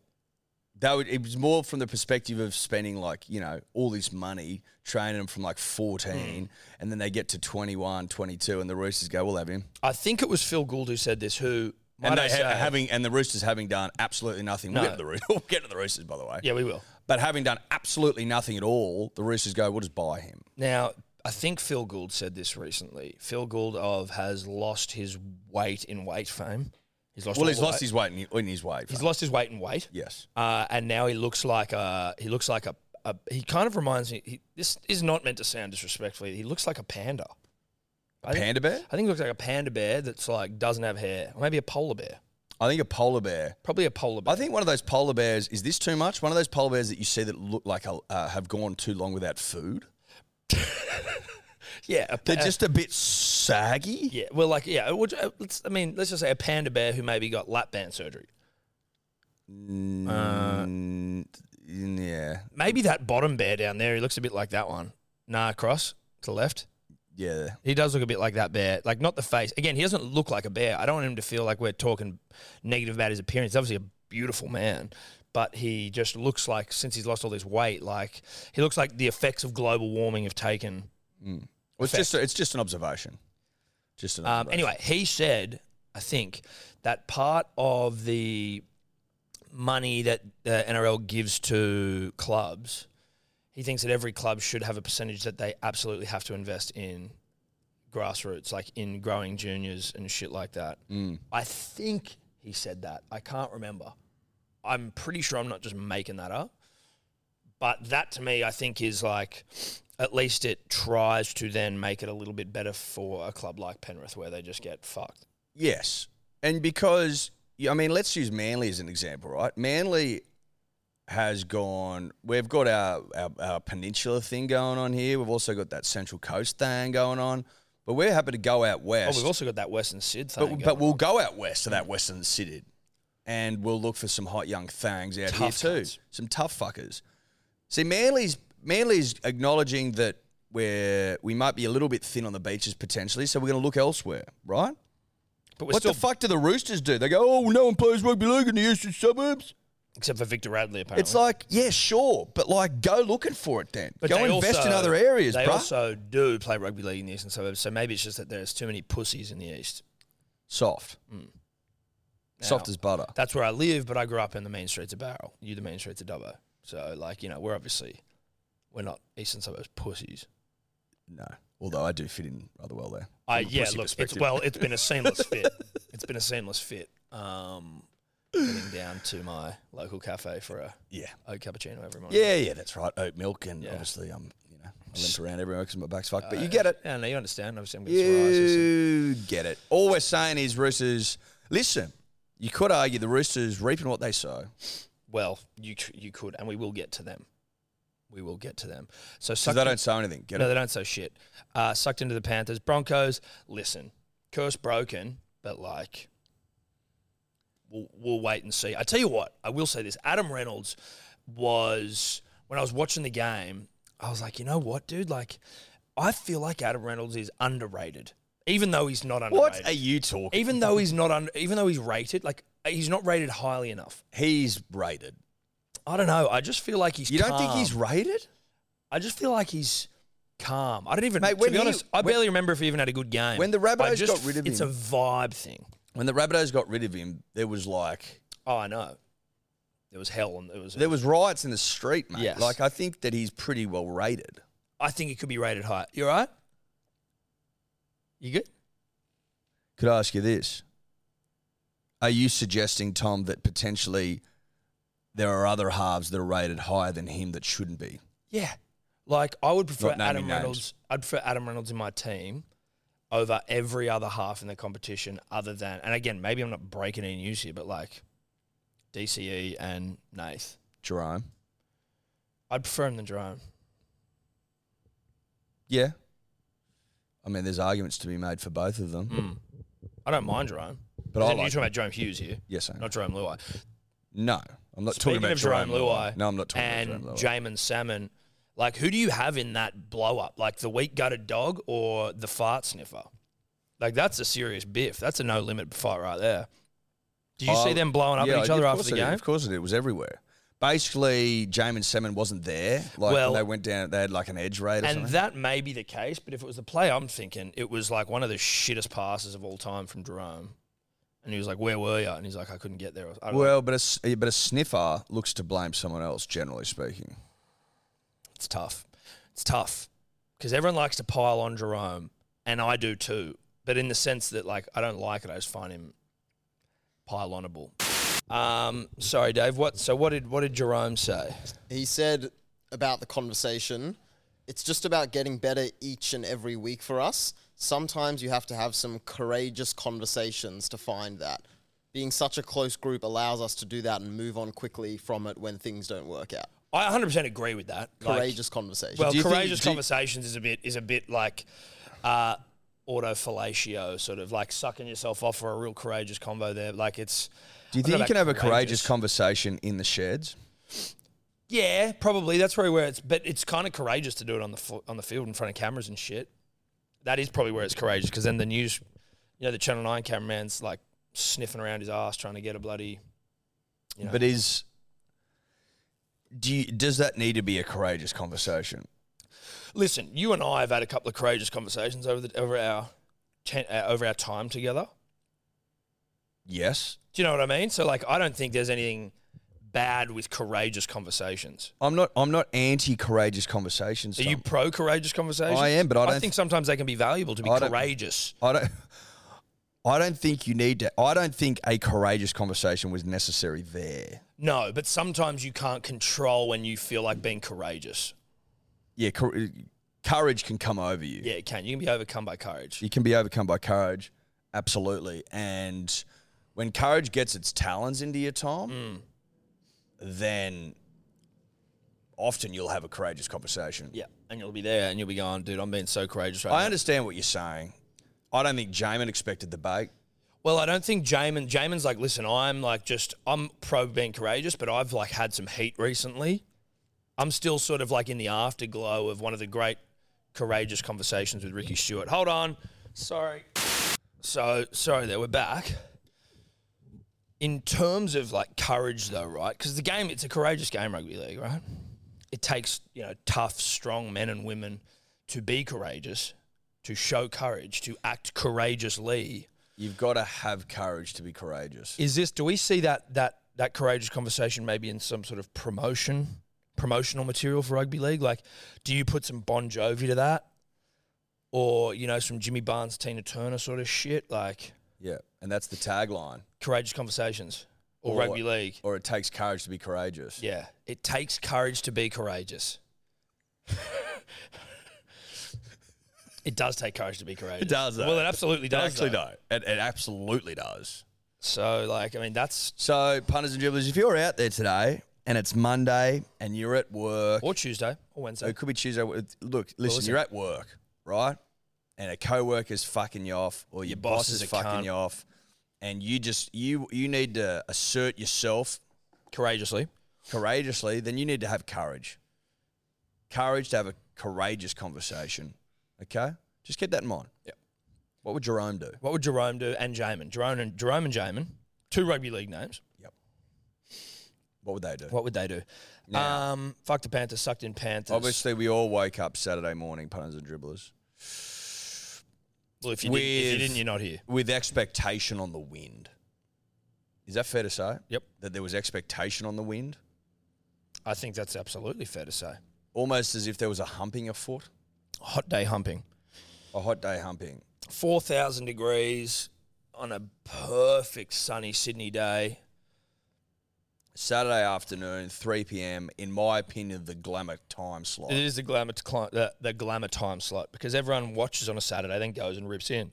S2: That would, it was more from the perspective of spending like, you know, all this money training them from like 14
S1: Hmm.
S2: and then they get to 21, 22 and the Roosters go, we'll have him.
S1: I think it was Phil Gould who said this. Who might
S2: And
S1: I
S2: they
S1: say-
S2: ha- having and the Roosters having done absolutely nothing.
S1: No.
S2: We'll, get to the Roosters, we'll get to the Roosters, by the way.
S1: Yeah, we will.
S2: But having done absolutely nothing at all, the Roosters go, we'll just buy him.
S1: Now, I think Phil Gould said this recently. Phil Gould of has lost his weight in weight fame. He's lost.
S2: Well,
S1: all
S2: he's
S1: the
S2: lost
S1: weight.
S2: his weight in, in his weight.
S1: He's lost his weight in weight.
S2: yes.
S1: Uh, and now he looks like a. He looks like a. a he kind of reminds me. He, this is not meant to sound disrespectfully. He looks like a panda. I think-
S2: Panda bear?
S1: I think he looks like a panda bear that's like doesn't have hair, or maybe a polar bear.
S2: I think a polar bear.
S1: Probably a polar bear.
S2: I think one of those polar bears, is this too much? One of those polar bears that you see that look like a, uh, have gone too long without food.
S1: yeah, a,
S2: They're
S1: pa-
S2: just a bit saggy.
S1: Yeah, well, like, yeah. Would, uh, let's, I mean, let's just say a panda bear who maybe got lap band surgery.
S2: Mm, yeah,
S1: Maybe that bottom bear down there, he looks a bit like that one. Nah, cross to the left.
S2: yeah.
S1: He does look a bit like that bear. Like, not the face. Again, he doesn't look like a bear. I don't want him to feel like we're talking negative about his appearance. He's obviously a beautiful man, but he just looks like, since he's lost all this weight, like, he looks like the effects of global warming have taken
S2: Well, it's just it's just an observation. Just an
S1: Um,
S2: observation.
S1: anyway, he said, I think, that part of the money that the NRL gives to clubs, he thinks that every club should have a percentage that they absolutely have to invest in grassroots, like in growing juniors and shit like that. I think he said that. I can't remember. I'm pretty sure I'm not just making that up. But that to me, I think is like, at least it tries to then make it a little bit better for a club like Penrith where they just get fucked.
S2: Yes, and because yeah, I mean, let's use Manly as an example, right? Manly has gone. We've got our, our our peninsula thing going on here. We've also got that Central Coast thing going on. But we're happy to go out
S1: Oh,
S2: west.
S1: we've also got that Western Sid thing.
S2: but,
S1: going
S2: but we'll
S1: on.
S2: go out west to that western city, and we'll look for some hot young thangs out
S1: Tough
S2: here too.
S1: cunts.
S2: Some tough fuckers. See, Manly's Manly's acknowledging that we're we might be a little bit thin on the beaches potentially, so we're going to look elsewhere, right?
S1: But we're
S2: what
S1: still,
S2: the fuck do the Roosters do? They go, oh, no one plays rugby league in the eastern suburbs.
S1: except for Victor Radley, apparently.
S2: It's like, yeah, sure, but like, go looking for it then.
S1: But
S2: go
S1: they
S2: invest
S1: also-
S2: in other areas,
S1: They
S2: bruh.
S1: also do play rugby league in the eastern suburbs, so maybe it's just that there's too many pussies in the east.
S2: Soft, soft
S1: Hmm. Now,
S2: as butter.
S1: That's where I live, but I grew up in the main streets of Barrel. You the main streets of Dubbo. So like you know, we're obviously we're not eastern suburbs pussies.
S2: No, although I do fit in rather well there.
S1: I
S2: From a
S1: Uh, yeah,
S2: pussy
S1: look, it's
S2: perspective.
S1: well, it's been a seamless fit. It's been a seamless fit. Um, getting down to my local cafe for a
S2: yeah,
S1: oat cappuccino every morning.
S2: yeah, yeah. That's right. Oat milk, and
S1: Yeah.
S2: obviously, I'm you know, I limp around everywhere because my back's fucked. But
S1: Uh,
S2: you get it.
S1: Yeah, no, you understand. Obviously, I'm getting
S2: You get it. All we're saying is Roosters. Listen, you could argue the Roosters reaping what they sow.
S1: Well, you c- you could, and we will get to them. We will get to them. So
S2: So
S1: sucked
S2: they don't sow anything. Get
S1: no,
S2: it?
S1: they don't. So shit. Uh, sucked into the Panthers, Broncos. Listen, curse broken, but like, we'll, we'll wait and see. I tell you what, I will say this: Adam Reynolds was when I was watching the game, I was like, you know what, dude? Like, I feel like Adam Reynolds is underrated, even though he's not underrated.
S2: What are you talking?
S1: Even though he's not under, even though he's rated, like he's not rated highly enough.
S2: He's rated.
S1: I don't know. I just feel like he's.
S2: You don't think
S1: calm.
S2: he's rated?
S1: I just feel like he's calm. I don't even.
S2: Mate,
S1: to
S2: when
S1: be
S2: he-
S1: honest, I
S2: when-
S1: barely remember if he even had a good game.
S2: when the Rabbitohs
S1: I just,
S2: got rid of
S1: it's
S2: him-
S1: a vibe thing.
S2: When the Rabbitohs got rid of him, there was like
S1: Oh, I know. There was hell, and it was.
S2: There was riots in the street, mate.
S1: Yes.
S2: Like I think that he's pretty well rated.
S1: I think it could be rated high. You all right? You good?
S2: Could I ask you this? Are you suggesting, Tom, that potentially there are other halves that are rated higher than him that shouldn't be?
S1: Yeah. Like I would prefer
S2: Not naming
S1: Adam
S2: names.
S1: Reynolds. I'd prefer Adam Reynolds in my team over every other half in the competition, other than. And again, maybe I'm not breaking any news here, but like DCE and Nath,
S2: Jerome.
S1: I'd prefer him than Jerome.
S2: Yeah. I mean, there's arguments to be made for both of them.
S1: Hmm. I don't mind Jerome,
S2: But
S1: As
S2: I
S1: in, you're
S2: like
S1: talking about Jerome Hughes here.
S2: Yes, I am.
S1: Not Jerome Luai.
S2: No. I'm not
S1: Speaking
S2: talking about
S1: of Jerome Luai
S2: No, I'm not talking
S1: and
S2: about Jerome Luai.
S1: Jamin Salmon, like who do you have in that blow up? Like the weak gutted dog or the fart sniffer? Like that's a serious biff. That's a no limit fight right there. Do you
S2: Oh,
S1: see them blowing up
S2: Yeah,
S1: at each
S2: I-
S1: other
S2: of
S1: after
S2: course
S1: the
S2: I did.
S1: game?
S2: Of course it did. It was everywhere. Basically, Jamin Semen wasn't there. Like
S1: Well-
S2: when they went down, they had like an edge raid or
S1: And
S2: something.
S1: that may be the case, but if it was the play I'm thinking, it was like one of the shittest passes of all time from Jerome. And he was like, Where were you? And he's like, I couldn't get there. I don't know.
S2: Well, but a, s- eh, but a sniffer looks to blame someone else, generally speaking.
S1: It's tough. It's tough because everyone likes to pile on Jerome, and I do too. But in the sense that, like, I don't like it. I just find him pile onable. Um, sorry, Dave. What? So what did what did Jerome say?
S3: He said about the conversation, it's just about getting better each and every week for us. Sometimes you have to have some courageous conversations to find that. Being such a close group allows us to do that and move on quickly from it when things don't work out.
S1: I 100% agree with that. Like,
S3: Courageous conversations.
S1: well,
S2: Do you think-
S1: courageous
S2: do you-
S1: conversations is a bit is a bit like uh, auto fellatio, sort of like sucking yourself off for a real courageous combo there. Like it's.
S2: Do you
S1: I don't
S2: think
S1: know
S2: you can have
S1: about
S2: a courageous conversation in the sheds?
S1: Yeah, probably. That's probably where it's. But it's kind of courageous to do it on the fl- on the field in front of cameras and shit. That is probably where it's courageous because then the news, you know, the Channel Nine cameraman's like sniffing around his ass trying to get a bloody. You know.
S2: But is do you, does that need to be a courageous conversation?
S1: Listen, you and I have had a couple of courageous conversations over the over our ten, uh, over our time together.
S2: Yes,
S1: Do you know what I mean? So like, I don't think there's anything bad with courageous conversations.
S2: I'm not. I'm not anti courageous conversations.
S1: Are you
S2: Tom.
S1: pro courageous conversations?
S2: I am, but I don't
S1: think sometimes they can be valuable to be
S2: I don't-
S1: courageous.
S2: I don't. I don't think you need to. I don't think a courageous conversation was necessary there.
S1: No, but sometimes you can't control when you feel like being courageous.
S2: Yeah, cour- eh, courage can come over you.
S1: Yeah, it can. You can be overcome by courage.
S2: You can be overcome by courage, absolutely. And when Mm. courage gets its talons into your, Tom, then often you'll have a courageous conversation.
S1: Yeah, and you'll be there, and you'll be going, dude. I'm being so courageous right
S2: I
S1: now.
S2: understand what you're saying. I don't think Jamin expected the bait.
S1: Well, I don't think Jamin. Jamin's like, listen, I'm like just I'm pro being courageous, but I've like had some heat recently. I'm still sort of like in the afterglow of one of the great courageous conversations with Ricky Stewart. Hold on, sorry. So sorry, there we're back. In terms of like courage, though, right? Because the game, it's a courageous game, rugby league, right? It takes you know tough, strong men and women to be courageous, to show courage, to act courageously.
S2: You've got to have courage to be courageous.
S1: Is this? Do we see that that that courageous conversation maybe in some sort of promotion, promotional material for rugby league? Like, do you put some Bon Jovi to that, or you know, some Jimmy Barnes, Tina Turner sort of shit? Like
S2: Yeah, and that's the tagline.
S1: courageous conversations or, rugby league?
S2: Or it takes courage to be courageous.
S1: Yeah, it takes courage to be courageous. it does take courage to be courageous.
S2: does, though.
S1: Well, it absolutely
S2: It
S1: does.
S2: actually
S1: though.
S2: does. It, it absolutely does.
S1: So, like, I mean, that's
S2: So, punters and dribblers, if you're out there today and it's Monday and you're at work,
S1: or Tuesday or Wednesday.
S2: So it could be Tuesday. Look, listen,
S1: listen.
S2: you're at work, right? And a co-worker's fucking you off, or your, boss,
S1: boss is
S2: is
S1: a
S2: fucking
S1: cunt.
S2: you off, and you just you you need to assert yourself
S1: Courageously.
S2: courageously. Then you need to have courage, courage to have a courageous conversation. Okay, just keep that in mind.
S1: Yep.
S2: What would Jerome do?
S1: What would Jerome do and Jamin? Jerome and Jerome and Jamin, two rugby league names.
S2: What would they do?
S1: What would they do?
S2: Now.
S1: Um, fuck the Panthers, sucked in Panthers.
S2: Obviously, we all wake up Saturday morning, punters and dribblers,
S1: well, if you, didn't, if you
S2: with-
S1: didn't, you're not here.
S2: with expectation on the wind. Is that fair to say?
S1: Yep.
S2: That there was expectation on the wind.
S1: I think that's absolutely fair to say.
S2: almost as if there was a humping afoot,
S1: Hot day humping,
S2: a hot day humping.
S1: four thousand degrees on a perfect sunny Sydney day.
S2: Saturday afternoon, 3 p.m., in my opinion, the glamour time slot.
S1: It is the glamour to cli- the, the glamour time slot because everyone watches on a Saturday, then goes and rips in.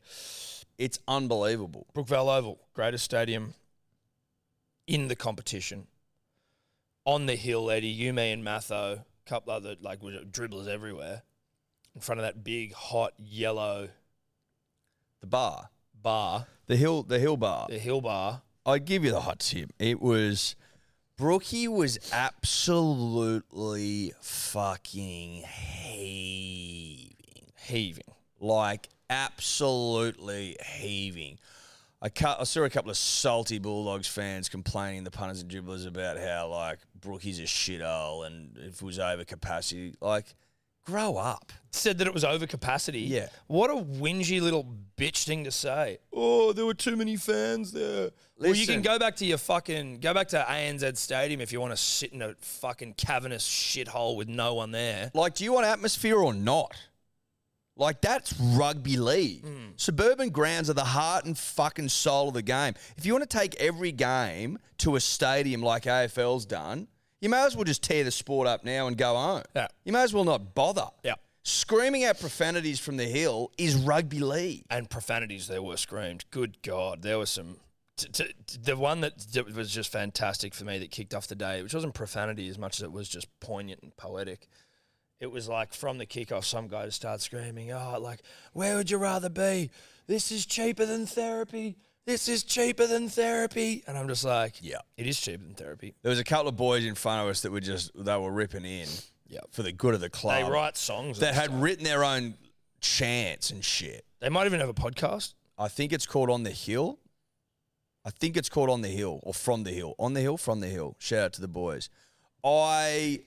S2: It's unbelievable.
S1: Brookvale Oval, greatest stadium in the competition. On the hill, Eddie, you, me, and Matho, couple other like was it dribblers everywhere, in front of that big hot yellow
S2: The bar,
S1: bar,
S2: the hill, the hill bar.
S1: the hill bar.
S2: I give you the hot tip. It was Brookie was absolutely fucking heaving.
S1: Heaving.
S2: like absolutely heaving. I, cut, I saw a couple of salty Bulldogs fans complaining the punters and dribblers about how like Brookie's a shithole and if it was over capacity, like grow up.
S1: Said that it was over capacity.
S2: Yeah.
S1: What a whingy little bitch thing to say. Oh, there were too many fans there. Well, you
S2: Listen.
S1: can go back to your fucking go back to ANZ Stadium if you want to sit in a fucking cavernous shithole with no one there.
S2: Like, do you want atmosphere or not? Like that's rugby league.
S1: Hmm.
S2: Suburban grounds are the heart and fucking soul of the game. If you want to take every game to a stadium like AFL's done, you may as well just tear the sport up now and go home.
S1: Yeah.
S2: You may as well not bother.
S1: Yeah.
S2: Screaming out profanities from the hill is rugby league.
S1: and profanities there were screamed. Good God, there were some. T- t- t- the one that d- was just fantastic for me that kicked off the day, which wasn't profanity as much as it was just poignant and poetic. It was like from the kickoff, some guy just started screaming, "Oh, like where would you rather be? This is cheaper than therapy. This is cheaper than therapy." And I'm just like,
S2: Yeah.
S1: it is cheaper than therapy."
S2: There was a couple of boys in front of us that were just they were ripping in
S1: Yep.
S2: for the good of the
S1: They
S2: club.
S1: write songs.
S2: That
S1: They,
S2: had written their own chants and shit.
S1: they might even have a podcast.
S2: I think it's called On the Hill. I think it's called On the Hill or From the Hill. On the Hill, From the Hill. Shout out to the boys. I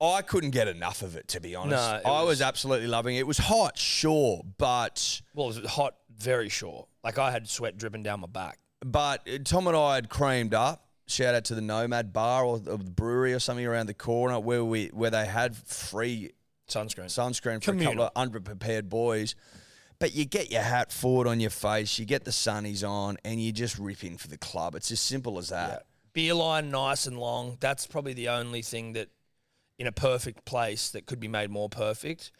S2: I couldn't get enough of it to be honest.
S1: No, it
S2: I was,
S1: was-
S2: absolutely loving it. It was hot, sure, but
S1: Well, it was hot, very sure. Like I had sweat dripping down my back.
S2: but Tom and I had creamed up. Shout out to the Nomad Bar or the brewery or something around the corner where we where they had free
S1: Sunscreen.
S2: sunscreen for
S1: Communal.
S2: a couple of underprepared boys. But you get your hat forward on your face, you get the sunnies on, and you just rip in for the club. It's as simple as that.
S1: beer line nice and long. That's probably the only thing that, in a perfect place, that could be made more perfect.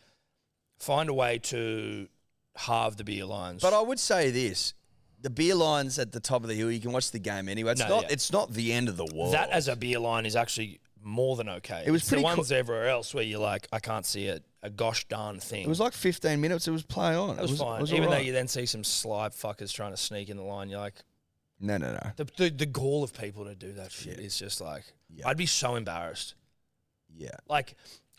S1: Find a way to halve the beer lines.
S2: But I would say this: the beer lines at the top of the hill, you can watch the game anyway. It's
S1: No,
S2: not.
S1: yeah.
S2: It's not the end of the world.
S1: that as a beer line is actually more than okay.
S4: It was
S1: It's
S4: pretty
S1: the
S4: co-
S1: ones everywhere else where you're like, I can't see a, a gosh darn thing.
S4: It was like 15 minutes. It was play on.
S1: That was, fine.
S4: It was
S1: Even
S4: all
S1: though
S4: right.
S1: you then see some sly fuckers trying to sneak in the line, you're like,
S4: no, no, no.
S1: the, the, the gall of people to do that shit is just like,
S2: Yeah.
S1: I'd be so embarrassed.
S2: Yeah.
S1: Like,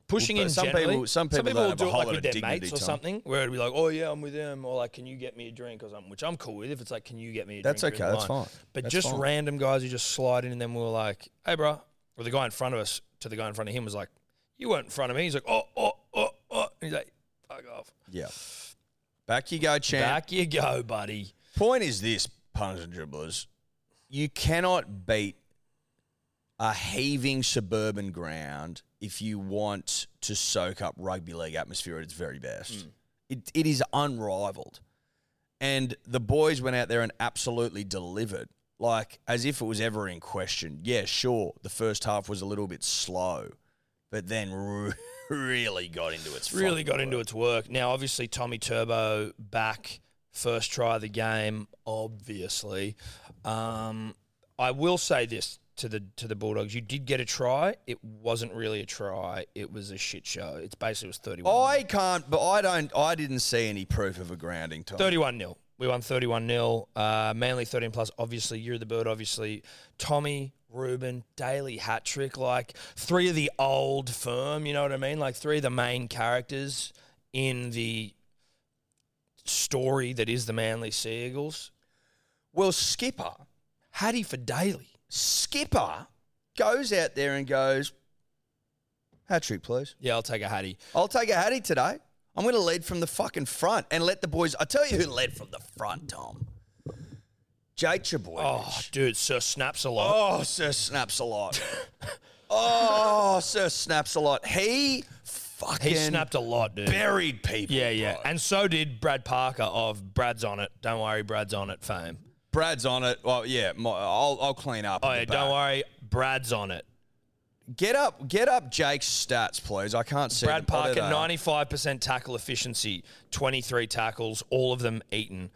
S1: pushing
S2: but
S1: in
S2: some
S1: generally,
S2: people- some people don't
S1: will
S2: have
S1: do
S2: a
S1: it
S2: whole
S1: like
S2: lot
S1: with
S2: of
S1: their
S2: dignity,
S1: mates or
S2: Tom.
S1: something, where it'd be like, oh yeah, I'm with them, or like, can you get me a drink or something, which I'm cool with if it's like, can you get me a
S4: That's
S1: drink?
S4: okay.
S1: during the
S4: That's
S1: line?"
S4: fine.
S1: But
S4: That's
S1: just
S4: fine.
S1: random guys who just slide in and then we were like, hey, bro. Or the guy in front of us to the guy in front of him was like, you weren't in front of me. He's like, oh, oh, oh, oh. And he's like, fuck off.
S2: Yeah.
S4: Back you go, champ.
S1: Back you go, buddy.
S2: Point is this, punters and dribblers, you cannot beat a heaving suburban ground if you want to soak up rugby league atmosphere at its very
S1: Hmm.
S2: best. It, it is unrivaled. And the boys went out there and absolutely delivered, like as if it was ever in question. Yeah, sure, the first half was a little bit slow, but then re- really got into its
S1: really
S2: fucking
S1: got into
S2: work.
S1: its work. Now, obviously, Tommy Turbo back first try of the game. Obviously, um, I will say this to the to the Bulldogs: you did get a try. It wasn't really a try. It was a shit show. It's basically it was thirty one.
S2: I can't, but I don't. I didn't see any proof of a grounding time.
S1: 31 0. We won 31 0. Uh, Manly 13 plus. Obviously, you're the bird. Obviously, Tommy, Ruben, Daly hat trick. Like three of the old firm, you know what I mean? Like three of the main characters in the story that is the Manly Seagulls.
S2: Well, Skipper,
S1: Hattie for Daly.
S2: Skipper goes out there and goes, hat trick, please.
S1: Yeah, I'll take a Hattie.
S2: I'll take a hattie today. I'm going to lead from the fucking front and let the boys. I tell you who led from the front, Tom. Jake
S1: Oh,
S2: Chaboy.
S1: dude, Sir Snaps a lot.
S2: Oh, Sir Snaps a lot. oh, Sir Snaps a lot. He fucking
S1: he snapped a lot, dude.
S2: buried people.
S1: yeah, yeah.
S2: bro.
S1: And so did Brad Parker of Brad's on it. Don't worry, Brad's on it fame.
S2: Brad's on it. Well, yeah, my, I'll, I'll clean up.
S1: Oh,
S2: at the
S1: yeah,
S2: back.
S1: don't worry, Brad's on it.
S2: Get up, get up, Jake's stats, please. I can't see.
S1: Brad
S2: them. Oh, there
S1: Parker,
S2: they are.
S1: 95% tackle efficiency, 23 tackles, all of them eaten.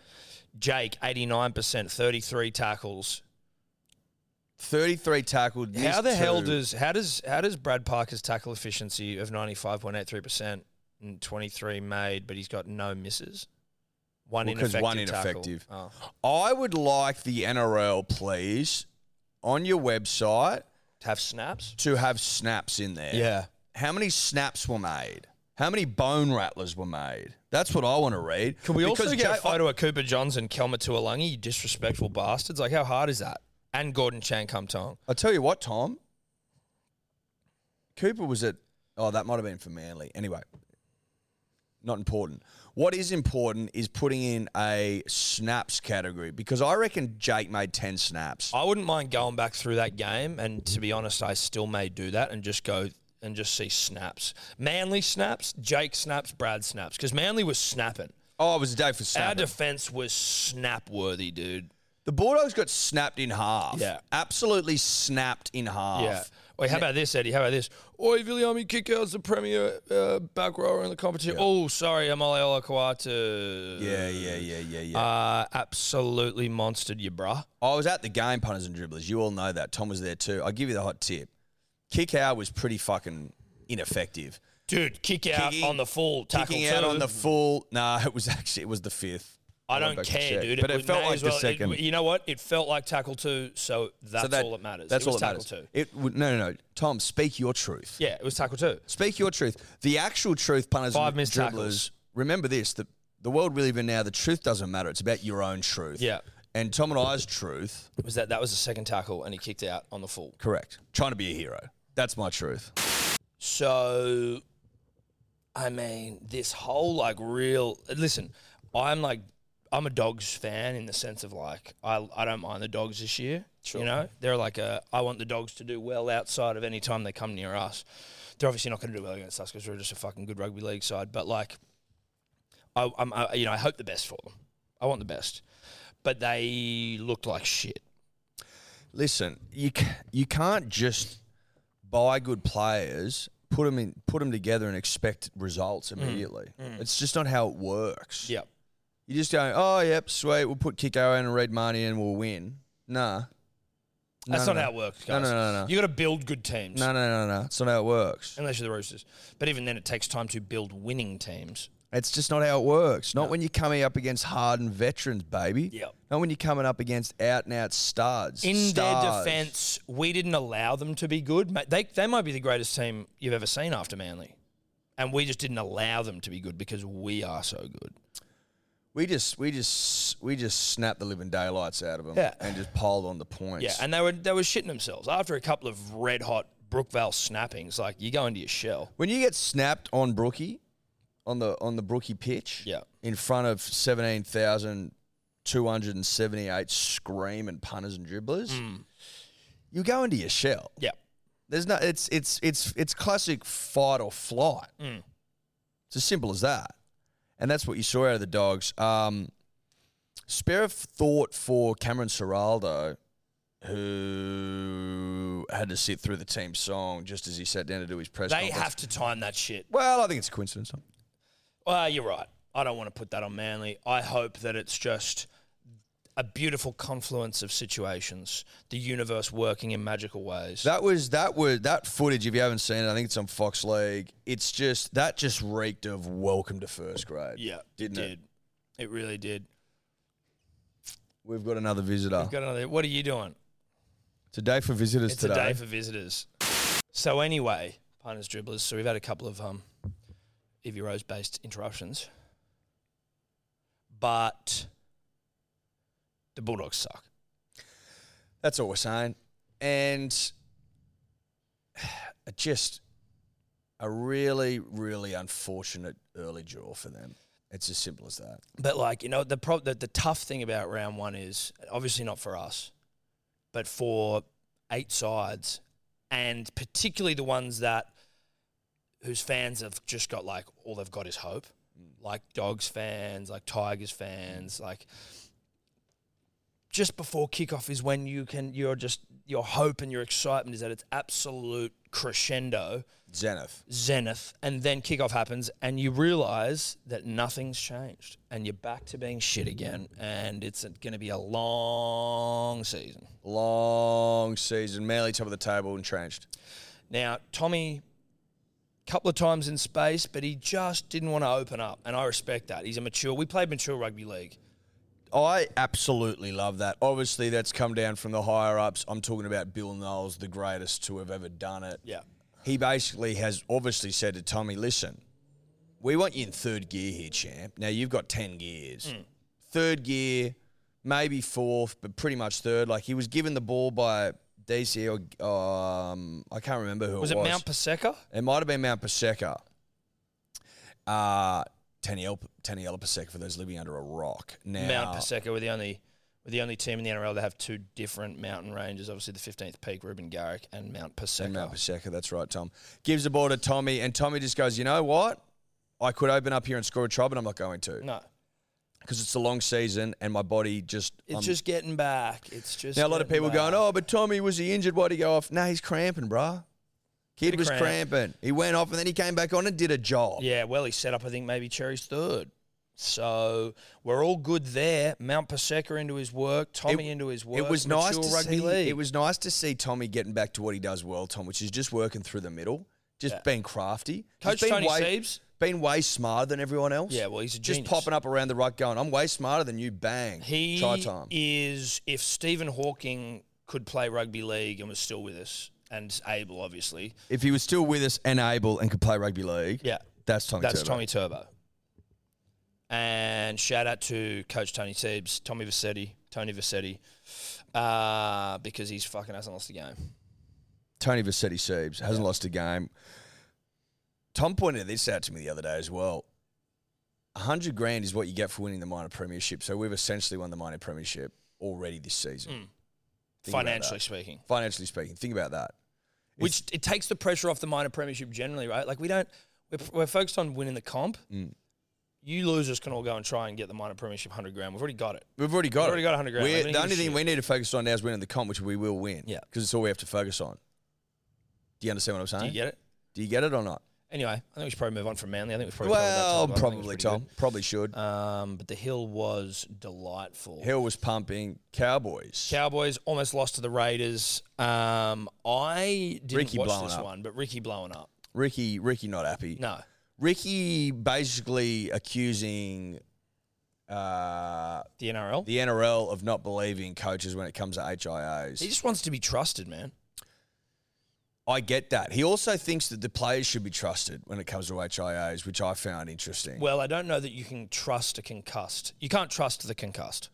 S1: Jake, 89%, 33 tackles.
S2: 33 tackled.
S1: How
S2: missed
S1: the hell
S2: two.
S1: does how does how does Brad Parker's tackle efficiency of 95.83% and 23 made, but he's got no misses? One
S2: Well, 'cause
S1: ineffective.
S2: one
S1: tackle.
S2: ineffective.
S1: Oh.
S2: I would like the NRL, please, on your website
S1: Have snaps?
S2: to have snaps in there. How many snaps were made? How many bone rattlers were made? That's what I want to read.
S1: Can we also
S2: Because
S1: get a
S2: Jake-
S1: photo of Cooper Johnson, Kelma Tuolungi, you disrespectful bastards? Like, how hard is that? And Gordon Chan Kumtong.
S2: I tell you what, Tom. Cooper was at. Oh, that might have been for Manly. Anyway, not important. What is important is putting in a snaps category because I reckon Jake made ten snaps.
S1: I wouldn't mind going back through that game, and to be honest, I still may do that and just go and just see snaps. Manly snaps, Jake snaps, Brad snaps, because Manly was snapping.
S2: Oh, it was a day for
S1: Our
S2: snaps.
S1: defense was snap worthy, dude.
S2: the Bulldogs got snapped in half.
S1: Yeah.
S2: absolutely snapped in half.
S1: Yeah. Wait, how about this, Eddie? How about this? Oi, Viliami Kiko's the premier uh, back rower in the competition. Oh, sorry, Amale Olakwatu.
S2: Yeah, yeah, yeah, yeah, yeah.
S1: Uh, absolutely monstered you, bruh.
S2: I was at the game, punters and dribblers. You all know that. Tom was there too. I'll give you the hot tip. Kick out was pretty fucking ineffective.
S1: Dude, kick out
S2: Kicking-
S1: on the full tackle
S2: kicking out
S1: two.
S2: on the full. Nah, it was actually it was the fifth.
S1: I
S2: went
S1: don't
S2: back to
S1: care,
S2: check.
S1: dude.
S2: But it,
S1: was-
S2: felt
S1: may
S2: like
S1: as
S2: the
S1: well- it-
S2: second.
S1: you know what? It felt like tackle two, so that's
S2: so that-
S1: all that matters.
S2: That's
S1: it was
S2: all that
S1: tackle
S2: matters.
S1: two.
S2: It would no, no, no. Tom, speak your truth.
S1: Yeah, it was tackle two.
S2: Speak your truth. The actual truth, punters
S1: Five
S2: and
S1: missed
S2: dribblers.
S1: tackles.
S2: Remember this: the the world we live in now. The truth doesn't matter. It's about your own truth.
S1: Yeah.
S2: And Tom and I's truth.
S1: It was that that was the second tackle, and he kicked out on the full.
S2: Correct. Trying to be a hero. That's my truth.
S1: So, I mean, this whole like real listen, I'm like, I'm a dogs fan in the sense of like, I, I don't mind the dogs this year. You know, they're like, a, I want the dogs to do well outside of any time they come near us. They're obviously not going to do well against us because we're just a fucking good rugby league side. But like, I, I'm, I, you know, I hope the best for them. I want the best, but they looked like shit.
S2: Listen, you c- you can't just buy good players, put them in, put them together, and expect results
S1: Mm.
S2: immediately. It's just not how it works.
S1: Yep.
S2: You just go, oh, yep, sweet. We'll put Kiko in and Red Marnie and we'll win. Nah.
S1: That's
S2: no,
S1: not
S2: no.
S1: how it works,
S2: No,
S1: guys.
S2: no, no, no.
S1: You got to build good teams.
S2: No, no, no, no. It's not how it works.
S1: Unless you're the Roosters. But even then, it takes time to build winning teams.
S2: It's just not how it works. Not when you're coming up against hardened veterans, baby.
S1: Yep.
S2: Not when you're coming up against out and out studs.
S1: In their
S2: Stars.
S1: defence, we didn't allow them to be good. Ma- They, they might be the greatest team you've ever seen after Manly. And we just didn't allow them to be good because we are so good.
S2: we just we just we just snapped the living daylights out of them
S1: Yeah.
S2: and just piled on the points.
S1: Yeah, and they were they were shitting themselves after a couple of red hot Brookvale snappings. Like you go into your shell.
S2: when you get snapped on Brookie, on the on the Brookie pitch,
S1: Yeah.
S2: in front of seventeen thousand two hundred and seventy eight screaming punters and dribblers,
S1: Mm.
S2: you go into your shell.
S1: Yeah,
S2: There's no it's it's it's it's classic fight or flight.
S1: Mm.
S2: It's as simple as that. And that's what you saw out of the dogs. Um spare of thought for Cameron Serraldo, who had to sit through the team song just as he sat down to do his press
S1: they
S2: conference.
S1: have to time that shit.
S2: well, I think it's a coincidence.
S1: Well, you're right. I don't want to put that on Manly. I hope that it's just a beautiful confluence of situations, the universe working in magical ways.
S2: That was that was that footage. If you haven't seen it, I think it's on Fox League. It's just that just reeked of welcome to first grade.
S1: yeah,
S2: didn't
S1: did.
S2: it?
S1: It really did.
S2: We've got another visitor.
S1: Got another. What are you doing?
S2: Today for visitors
S1: It's
S2: today.
S1: a day for visitors. So anyway, punters, dribblers. So we've had a couple of um, Evie Rose based interruptions, but the Bulldogs suck.
S2: That's all we're saying. And just a really, really unfortunate early draw for them. It's as simple as that.
S1: But like you know, the prob- the, the tough thing about round one is obviously not for us, but for eight sides, and particularly the ones that whose fans have just got like all they've got is hope, like Dogs fans, like Tigers fans, like just before kickoff is when you can you're just your hope and your excitement is at its absolute crescendo
S2: Zenith.
S1: zenith, and then kickoff happens, and you realise that nothing's changed, and you're back to being shit again, and it's going to be a long season.
S2: Long season. Manly top of the table entrenched.
S1: Now, Tommy, couple of times in space, but he just didn't want to open up, and I respect that. He's a mature. We played mature rugby league.
S2: I absolutely love that. Obviously, that's come down from the higher ups. I'm talking about Bill Knowles, the greatest to have ever done it.
S1: Yeah.
S2: He basically has obviously said to Tommy, listen, we want you in third gear here, champ. Now you've got 10 gears.
S1: Hmm.
S2: Third gear, maybe fourth, but pretty much third. Like he was given the ball by DC or um, I can't remember who
S1: Was
S2: it
S1: it
S2: was.
S1: Mount Paseka?
S2: It might have been Mount Paseka. Uh, Taniela Taniela Paseka for those living under a rock. Now,
S1: Mount Paseka were the only. We're the only team in the NRL that have two different mountain ranges. Obviously, the 15th Peak, Ruben Garrick, and Mount Paseka.
S2: And Mount Paseka, that's right, Tom. Gives the ball to Tommy, and Tommy just goes, you know what? I could open up here and score a try, but I'm not going to
S1: No,
S2: because it's a long season, and my body just.
S1: it's
S2: I'm-
S1: just getting back. It's just
S2: Um, now a lot of
S1: getting
S2: people
S1: back.
S2: going, oh, but Tommy was he injured? Why'd he go off? Nah, he's cramping, bruh. Kid
S1: of
S2: was
S1: cramp.
S2: cramping. He went off, and then he came back on and did a job.
S1: Yeah, well, he set up, I think, maybe Cherry's third. So we're all good there. Mount Paseka into his work, Tommy into his work.
S2: It was nice
S1: mature
S2: to
S1: rugby
S2: see.
S1: league.
S2: It was nice to see Tommy getting back to what he does well, Tom, which is just working through the middle, just
S1: Yeah.
S2: being crafty.
S1: Coach
S2: just being
S1: Tony
S2: way,
S1: Seibes?
S2: been way smarter than everyone else.
S1: Yeah, well, he's a
S2: just
S1: genius.
S2: popping up around the ruck, going, "I'm way smarter than you." Bang,
S1: He
S2: try time.
S1: is if Stephen Hawking could play rugby league and was still with us and able, obviously.
S2: if he was still with us and able and could play rugby league,
S1: Yeah,
S2: that's Tommy.
S1: that's
S2: Turbo.
S1: Tommy Turbo. And shout out to Coach Tony Seibes, Tommy Vassetti, Tony Vassetti, uh, because he's fucking hasn't lost the game.
S2: Tony Vassetti Siebes hasn't lost a game. Tom pointed this out to me the other day as well. A hundred grand is what you get for winning the minor premiership. So we've essentially won the minor premiership already this season. Think about that.
S1: Hmm. financially speaking.
S2: financially speaking. Think about that.
S1: which it takes the pressure off the minor premiership generally, right? Like we don't, we're, we're focused on winning the comp.
S2: Mm.
S1: You losers can all go and try and get the minor premiership hundred grand. We've already got it.
S2: We've already got
S1: We've already
S2: it.
S1: got 100 grand.
S2: We're-
S1: I mean,
S2: the only
S1: this
S2: thing
S1: year.
S2: we need to focus on now is winning the comp, which we will win.
S1: Yeah.
S2: Because it's all we have to focus on. Do you understand what I'm saying?
S1: Do you get it?
S2: Do you get it or not?
S1: Anyway, I think we should probably move on from Manly. I think we've probably covered that
S2: Well,
S1: timeline. I think it was
S2: probably
S1: pretty
S2: Tom. Probably should.
S1: good. Um, but the hill was delightful.
S2: Hill was pumping. Cowboys.
S1: Cowboys almost lost to the Raiders. Um, I didn't
S2: Ricky
S1: watch
S2: blowing
S1: this
S2: up.
S1: one, but Ricky blowing up.
S2: Ricky. Ricky not happy.
S1: No,
S2: Ricky basically accusing uh,
S1: the NRL.
S2: the NRL of not believing coaches when it comes to HIOs.
S1: he just wants to be trusted, man.
S2: I get that. He also thinks that the players should be trusted when it comes to HIOs, which I found interesting.
S1: Well, I don't know that you can trust a concussed. You can't trust the concussed.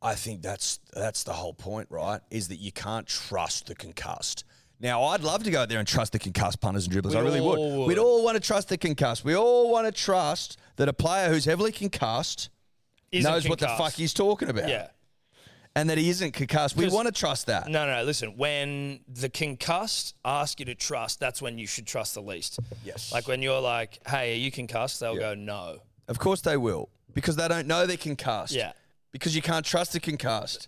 S2: I think that's that's the whole point, right? Is that you can't trust the concussed. Now, I'd love to go out there and trust the concussed punters and dribblers.
S1: We
S2: I really would.
S1: all would.
S2: We'd all want to trust the concussed. We all want to trust that a player who's heavily concussed
S1: Isn't
S2: knows what the
S1: concussed.
S2: fuck he's talking about,
S1: Yeah.
S2: and that he isn't concussed. We
S1: 'Cause-
S2: want to trust that.
S1: No, no, no. Listen, when the concussed ask you to trust, that's when you should trust the least.
S2: Yes.
S1: Like when you're like, hey, are you concussed? They'll go, no.
S2: Of course they will, because they don't know they're concussed.
S1: Yeah.
S2: Because you can't trust the concussed.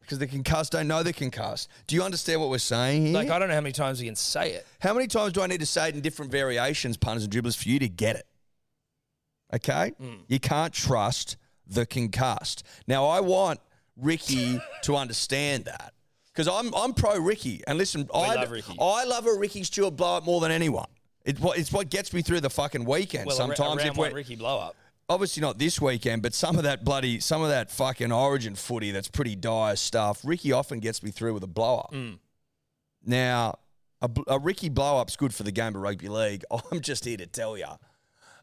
S2: Because the concussed don't know they're concussed. Do you understand what we're saying here?
S1: Like, I don't know how many times we can say it.
S2: How many times do I need to say it in different variations, punters and dribblers, for you to get it? Okay?
S1: Hmm.
S2: You can't trust the concussed. Now, I want Ricky to understand that because I'm, I'm pro Ricky. And listen, I,
S1: love Ricky.
S2: I love a Ricky Stewart blow up more than anyone. It, what- it's what gets me through the fucking weekend
S1: Well, Sometimes
S2: sometimes.
S1: around
S2: if we're,
S1: one Ricky blow up.
S2: obviously not this weekend, but some of that bloody, some of that fucking origin footy that's pretty dire stuff. Ricky often gets me through with a blow up.
S1: Mm.
S2: Now, a, bl- a Ricky blow up's good for the game of rugby league. I'm just here to tell you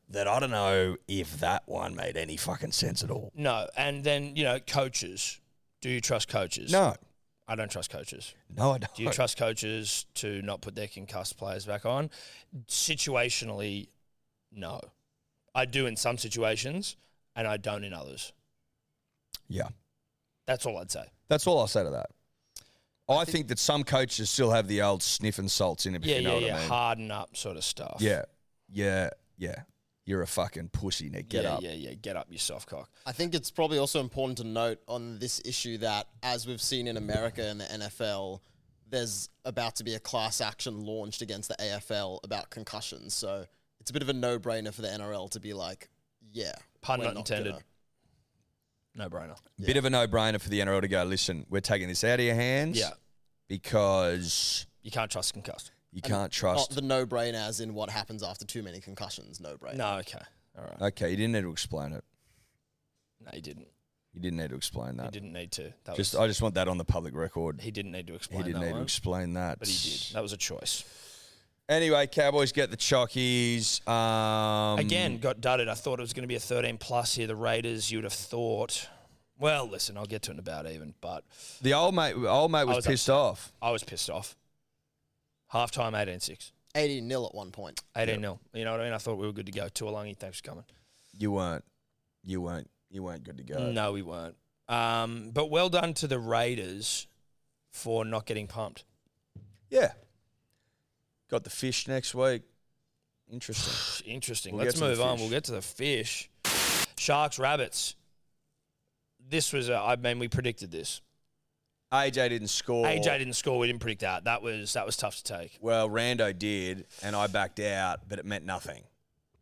S2: that I don't know if that one made any fucking sense at all.
S1: No. And then, you know, coaches. Do you trust coaches?
S2: No,
S1: I don't trust coaches.
S2: no, I don't.
S1: Do you trust coaches to not put their concussed players back on? Situationally, no. I do in some situations, and I don't in others.
S2: yeah,
S1: That's all I'd say.
S2: that's all I'll say to that. I think, that some coaches still have the old sniff and salts in them, if
S1: Yeah,
S2: you know
S1: yeah,
S2: what
S1: yeah.
S2: I mean.
S1: Harden up sort of stuff.
S2: Yeah, yeah, yeah. You're a fucking pussy, Nick. Get
S1: yeah,
S2: up.
S1: yeah, yeah. Get up, you soft cock.
S3: I think it's probably also important to note on this issue that, as we've seen in America and the NFL, there's about to be a class action launched against the AFL about concussions. So it's a bit of a no brainer for the NRL to be like, yeah.
S1: Pun
S3: we're
S1: not
S3: not
S1: intended.
S3: gonna-
S1: No brainer.
S2: Bit of a no-brainer for the NRL to go. Listen, we're taking this out of your hands.
S1: Yeah.
S2: because
S1: You can't trust concussed.
S2: you can't
S1: oh,
S2: trust.
S3: Not the no brainer as in what happens after too many concussions, no brainer.
S1: No, okay. All right.
S2: okay, you didn't need to explain it.
S1: No, he didn't.
S2: You didn't need to explain
S1: He
S2: that.
S1: didn't need to. That
S2: Just,
S1: was,
S2: I just want that on the public record.
S1: he didn't need to
S2: He
S1: explain
S2: didn't
S1: that
S2: need to
S1: one,
S2: explain that.
S1: but he did. That was a choice.
S2: Anyway, Cowboys get the chockies. Um,
S1: Again, got dudded. I thought it was going to be a 13 plus here. The Raiders, you would have thought. Well, listen, I'll get to it in about even, but
S2: the old mate, old mate was,
S1: was
S2: pissed off.
S1: I was pissed off. Halftime 18 6.
S3: 80 nil at one point.
S1: 18 nil. You know what I mean? I thought we were good to go. Tuolangi, thanks for coming.
S2: You weren't, you weren't, you weren't good to go.
S1: No, we weren't. Um, but well done to the Raiders for not getting pumped.
S2: Yeah, got the fish next week. Interesting.
S1: Interesting.
S2: We'll
S1: Let's
S2: get to
S1: move
S2: the
S1: on.
S2: fish.
S1: We'll get to the fish. Sharks, rabbits. This was, a, I mean, we predicted this.
S2: AJ didn't score.
S1: AJ didn't score. We didn't predict that. That was that was tough to take.
S2: Well, Rando did, and I backed out, but it meant nothing.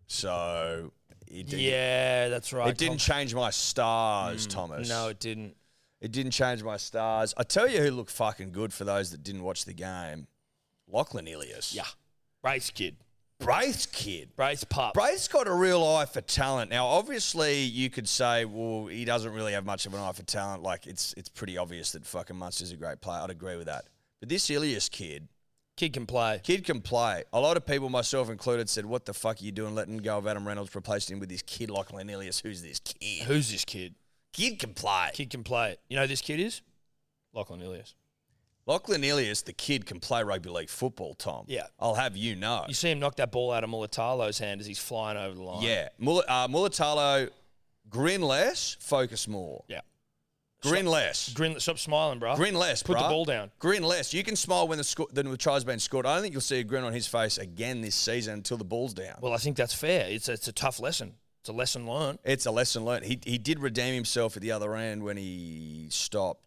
S2: So it didn't,
S1: Yeah, that's right. Hmm,
S2: it didn't change my stars, Thomas.
S1: No, it didn't.
S2: it didn't change my stars. I tell you who looked fucking good for those that didn't watch the game. Lachlan Ilias.
S1: Yeah. Brace kid.
S2: Braith's kid.
S1: Brace pup.
S2: Braith's got a real eye for talent. Now, obviously, you could say, well, he doesn't really have much of an eye for talent. Like, it's it's pretty obvious that fucking Munster's a great player. I'd agree with that. But this Ilias kid,
S1: kid can play.
S2: Kid can play. A lot of people, myself included, said, "What the fuck are you doing, letting go of Adam Reynolds, replacing him with this kid like Lenilius? Who's this kid?
S1: Who's this kid?
S2: Kid can play.
S1: Kid can play. You know who this kid is? Lachlan Ilias.
S2: Lachlan Ilias, the kid can play rugby league football. Tom,
S1: Yeah.
S2: I'll have you know.
S1: You see him knock that ball out of Mulatalo's hand as he's flying over the line.
S2: Yeah, Mul- uh, Mulatalo, grin less, focus more.
S1: Yeah.
S2: Grin less.
S1: Grin, stop smiling, bro.
S2: Grin less,
S1: Put the
S2: bruh.
S1: ball down.
S2: Grin less. You can smile when the, sco- when the try's been scored. I don't think you'll see a grin on his face again this season until the ball's down.
S1: Well, I think that's fair. It's a, it's a tough lesson. It's a lesson learned.
S2: It's a lesson learned. He, he did redeem himself at the other end when he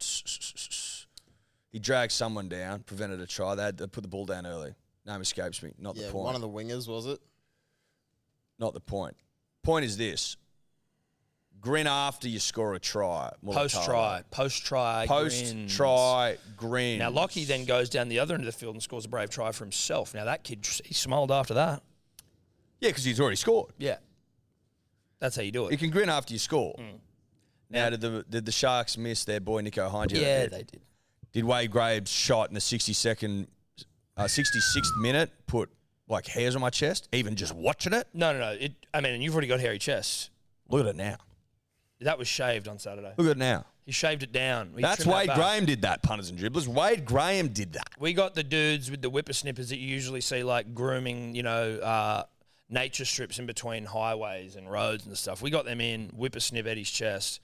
S2: stopped. He dragged someone down, prevented a try. They had to put the ball down early. Name escapes me. Not
S3: Yeah,
S2: the point.
S3: one of the wingers, was it?
S2: Not the point. Point is this: grin after you score a try. Mulatalo.
S1: Post try, post try,
S2: Post try grin.
S1: Now Lockie then goes down the other end of the field and scores a brave try for himself. Now that kid, he smiled after that.
S2: Yeah, because he's already scored.
S1: Yeah, that's how you do
S2: You
S1: it.
S2: can grin after you score.
S1: Hmm.
S2: Now, did the did the Sharks miss their boy Nico Hind?
S1: Yeah,
S2: they did.
S1: they did.
S2: Did Wade Graves' shot in the 62nd, uh, 66th minute put like hairs on my chest, even just watching it?
S1: No, no, no. It, I mean, and you've already got hairy chest.
S2: Look at it now.
S1: That was shaved on Saturday.
S2: Look at it now.
S1: He shaved it down. He
S2: That's
S1: trimmed that
S2: Wade
S1: back.
S2: Graham did that, punters and dribblers. Wade Graham did that.
S1: We got the dudes with the whippersnippers that you usually see, like grooming, you know, uh, nature strips in between highways and roads and stuff. We got them in, whippersnip Eddie's chest.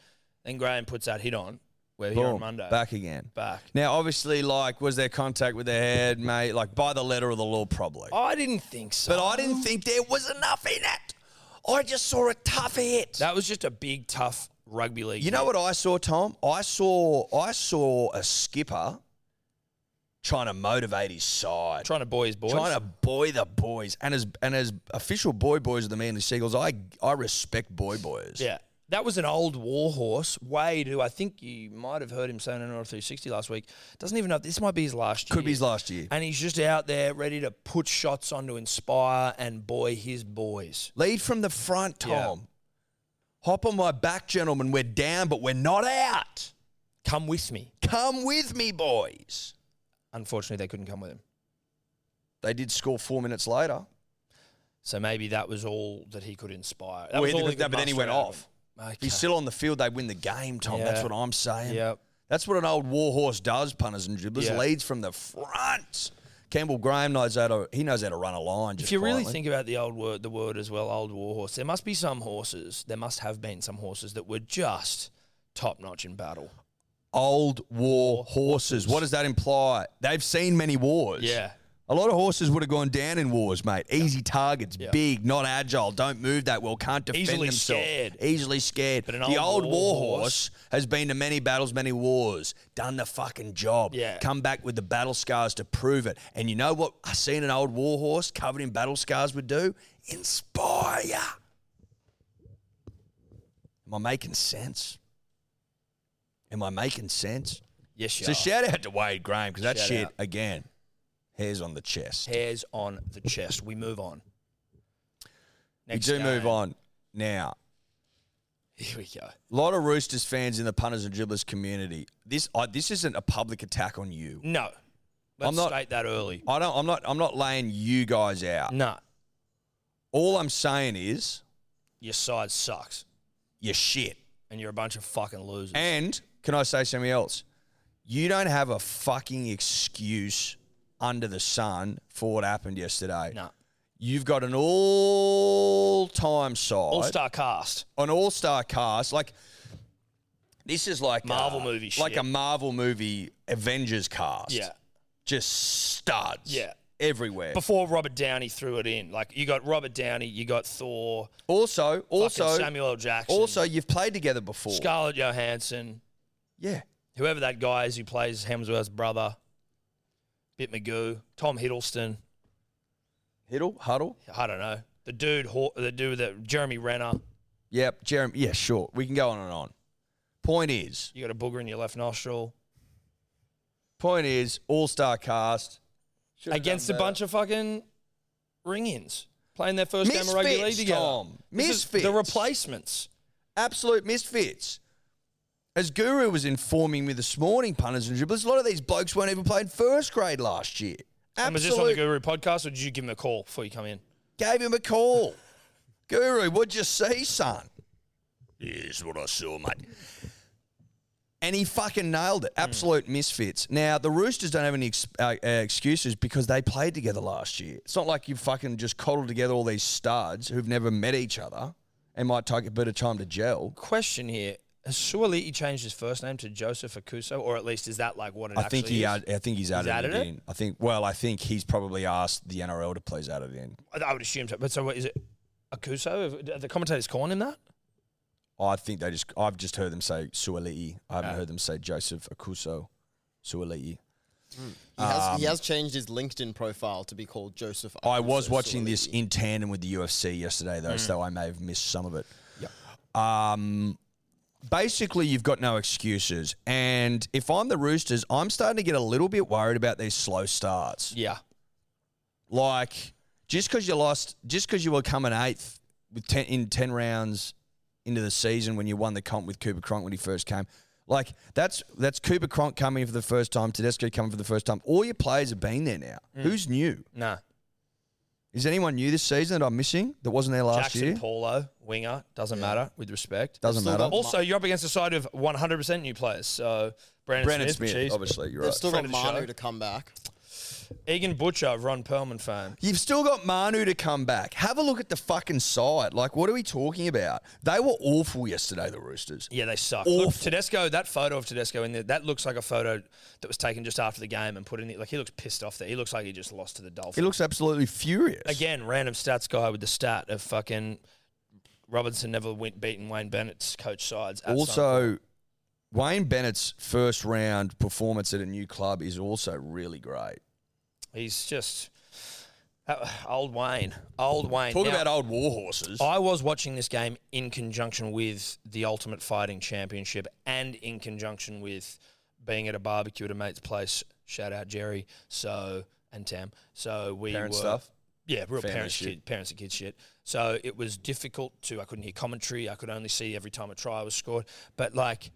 S1: Then Graham puts that hit on. We're here on
S2: Boom.
S1: Monday.
S2: Back again.
S1: Back.
S2: Now, obviously, like, was there contact with the head, mate? Like, by the letter of the law, probably.
S1: I didn't think so.
S2: But I didn't think there was enough in it. I just saw a tough hit.
S1: that was just a big, tough rugby league.
S2: You know what I saw, Tom? I saw I saw a skipper trying to motivate his side,
S1: trying to boy his boys.
S2: trying to boy the boys. And as and as official boy boys of the Manly Seagulls, I I respect boy boys.
S1: Yeah. That was an old war horse, Wade, who I think you might have heard him say on NRL 360 last week. Doesn't even know. This might be his last year.
S2: could be his last year.
S1: And he's just out there ready to put shots on to inspire and boy his boys.
S2: Lead from the front, Tom.
S1: Yeah.
S2: Hop on my back, gentlemen. We're down, but we're not out.
S1: Come with me.
S2: Come with me, boys.
S1: Unfortunately, they couldn't come with him.
S2: They did score four minutes later.
S1: So maybe that was all that he could inspire. That
S2: Well,
S1: was
S2: he
S1: all
S2: did
S1: he
S2: that,
S1: could
S2: but then he
S1: muster
S2: went
S1: out of
S2: off.
S1: him. Okay.
S2: He's still on the field. They win the game, Tom. That's
S1: Yeah.
S2: what I'm saying.
S1: Yep.
S2: That's what an old warhorse does, punters and dribblers.
S1: Yeah.
S2: Leads from the front. Campbell Graham knows how to. He knows how to run a line. Just
S1: If you really
S2: quietly.
S1: think about the old word, the word as well, old war horse, there must be some horses. There must have been some horses that were just top notch in battle.
S2: old war horses, what does that imply? They've seen many wars.
S1: Yeah.
S2: A lot of horses would have gone down in wars, mate. Easy targets,
S1: Yeah.
S2: big, not agile, don't move that well, can't defend
S1: Easily
S2: themselves.
S1: scared.
S2: Easily scared.
S1: But an
S2: the
S1: old
S2: old war
S1: warhorse-
S2: horse has been to many battles, many wars, done the fucking job.
S1: Yeah.
S2: Come back with the battle scars to prove it. And you know what I seen an old war horse covered in battle scars would do? Inspire. Am I making sense? Am I making sense?
S1: Yes, you
S2: So
S1: are.
S2: shout out to Wade Graham because that
S1: Shout
S2: shit
S1: out.
S2: again, hairs on the chest.
S1: Hairs on the chest. We move on. Next
S2: we do
S1: game.
S2: move on now.
S1: Here we go.
S2: A lot of Roosters fans in the punters and dribblers community. This I, this isn't a public attack on you.
S1: No. Let's
S2: I'm not-
S1: state that early.
S2: I don't. I'm not. I'm not laying you guys out.
S1: No.
S2: All I'm saying is
S1: Your side sucks.
S2: you're shit.
S1: And you're a bunch of fucking losers.
S2: And can I say something else? You don't have a fucking excuse under the sun for what happened yesterday.
S1: no.
S2: You've got an all-time side,
S1: All star cast.
S2: an all-star cast. Like this is like
S1: Marvel
S2: a,
S1: movie
S2: like
S1: shit.
S2: a Marvel movie Avengers cast.
S1: Yeah.
S2: just studs.
S1: Yeah.
S2: everywhere.
S1: Before Robert Downey threw it in. Like, you got Robert Downey, you got Thor,
S2: also,
S1: also,
S2: also,
S1: Samuel L. Jackson,
S2: also, you've played together before.
S1: Scarlett Johansson,
S2: yeah,
S1: whoever that guy is who plays Hemsworth's brother, Bit Magoo, Tom Hiddleston.
S2: Hiddle, Huddle.
S1: I don't know. The dude, Hor- the dude that Jeremy Renner.
S2: Yep, Jeremy. Yeah, sure. We can go on and on. Point is,
S1: You got a booger in your left nostril.
S2: point is, all-star cast Should've
S1: against a
S2: done better.
S1: bunch of fucking ring-ins playing their first game of rugby league
S2: Misfits,
S1: together.
S2: Tom.
S1: This is
S2: Misfits.
S1: The replacements.
S2: absolute misfits. As Guru was informing me this morning, punters and dribblers, a lot of these blokes weren't even playing first grade last year.
S1: And was this on the Guru
S2: Absolute
S1: podcast, or did you give him a call before you come in?
S2: gave him a call. Guru, what'd you see, son? Here's what I saw, mate. And he fucking nailed it. Absolute
S1: Hmm.
S2: misfits. Now, the Roosters don't have any ex- uh, uh, excuses because they played together last year. It's not like you fucking just coddled together all these studs who've never met each other and might take a bit of time to gel.
S1: Question here: Has Suoliti changed his first name to Joseph Akuso, or at least is that like what it
S2: I
S1: actually
S2: think he
S1: is?
S2: add, I think he's added,
S1: added
S2: it
S1: it?
S2: in. I think well, I think he's probably asked the NRL to please add it in.
S1: I I would assume so. But so, what is it? Akuso? Are the commentators calling him that?
S2: I think they just I've just heard them say Suoliti. I haven't heard them say Joseph Akuso Suoliti.
S3: He has, he has changed his LinkedIn profile to be called Joseph.
S2: Um, I was
S3: Amuso
S2: watching this
S3: Solidi.
S2: in tandem with the UFC yesterday, though, so I may have missed some of it. Um, basically, you've got no excuses. And if I'm the Roosters, I'm starting to get a little bit worried about these slow starts.
S1: Yeah.
S2: Like, just because you lost, just because you were coming eighth with ten, in 10 rounds into the season when you won the comp with Cooper Cronk when he first came. Like that's that's Cooper Cronk coming for the first time, Tedesco coming for the first time. All your players have been there now. Who's new?
S1: Nah.
S2: Is anyone new this season that I'm missing that wasn't there last
S1: Jackson
S2: year?
S1: Paulo, winger, doesn't matter with respect.
S2: Doesn't
S3: Still
S2: matter.
S3: got-
S1: Also, you're up against a side of 100% new players. So Brandon,
S2: Brandon
S1: Smith,
S2: Smith,
S1: Chiefs.
S2: obviously, you're
S3: They've
S2: right.
S3: still
S1: Friend
S3: got
S1: of the show.
S3: Manu to come back.
S1: Egan Butcher of Ron Perlman fame.
S2: You've still got Manu to come back. Have a look at the fucking side. Like, what are we talking about? They were awful yesterday, the Roosters.
S1: Yeah, they suck.
S2: Awful.
S1: Look, Tedesco, that photo of Tedesco in there, that looks like a photo that was taken just after the game and put in it. Like, he looks pissed off there. He looks like he just lost to the Dolphins.
S2: He looks absolutely furious.
S1: Again, random stats guy with the stat of fucking Robinson never went beaten Wayne Bennett's coach sides. at some-
S2: also, Wayne Bennett's first round performance at a new club is also really great.
S1: he's just uh, old Wayne. Old Wayne.
S2: Talk
S1: Now,
S2: about old war horses.
S1: I was watching this game in conjunction with the Ultimate Fighting Championship and in conjunction with being at a barbecue at a mate's place. Shout out Jerry. So and Tam. So we
S2: Parent
S1: were
S2: stuff?
S1: yeah, real
S2: Family
S1: parents
S2: shit.
S1: kid, parents and kids shit. So it was difficult to I couldn't hear commentary. I could only see every time a try was scored. But like,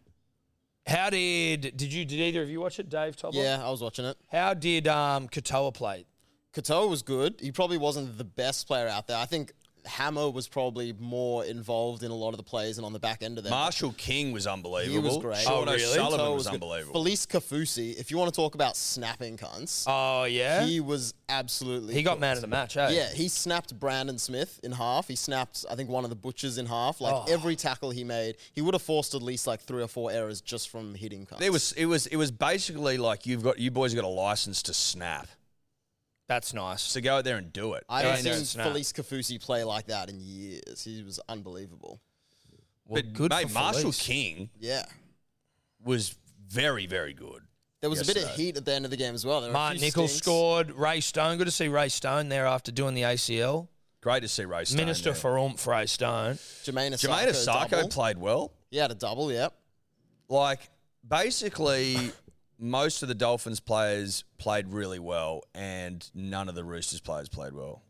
S1: how did did you did either of you watch it, Dave? Tobler?
S3: Yeah, I was watching it.
S1: How did um Katoa play?
S3: Katoa was good. He probably wasn't the best player out there. I think Hammer was probably more involved in a lot of the plays and on the back end of them.
S2: Marshall King was unbelievable.
S3: He was great.
S2: Sean
S1: Oh, really?
S2: O'Sullivan
S3: Katoa
S2: was,
S3: good.
S2: unbelievable.
S3: Felice Kafusi, if you want to talk about snapping cunts,
S1: Oh yeah, he,
S3: he was absolutely.
S1: got man of the match. eh?
S3: Yeah, he snapped Brandon Smith in half. He snapped, I think, one of the butchers in half. Like every tackle he made, he would have forced at least like three or four errors just from hitting cunts.
S2: It was it was it was basically like you've got you boys got a license to snap.
S1: that's nice.
S2: So go out there and do it.
S3: I
S1: Yeah, I know,
S3: haven't
S1: it's
S3: seen
S1: not.
S3: Felice Kafusi play like that in years. He was unbelievable.
S1: Well,
S2: but
S1: good
S2: mate,
S1: for
S2: Marshall
S1: Felice.
S2: King
S3: Yeah.
S2: was very, very good.
S3: There was a bit of
S2: Yesterday.
S3: heat at the end of the game as well. There were a
S1: Martin
S3: few
S1: Nichols
S3: stinks.
S1: scored. Ray Stone. Good to see Ray Stone there after doing the ACL.
S2: Great to see Ray Stone.
S1: Minister
S2: there.
S1: for oomph, Ray Stone.
S3: Jermaine
S2: Jermaine
S3: Asako.
S2: Asako
S3: double.
S2: played well.
S3: He had a double, yep.
S2: Like basically, most of the Dolphins players played really well, and none of the Roosters players played well.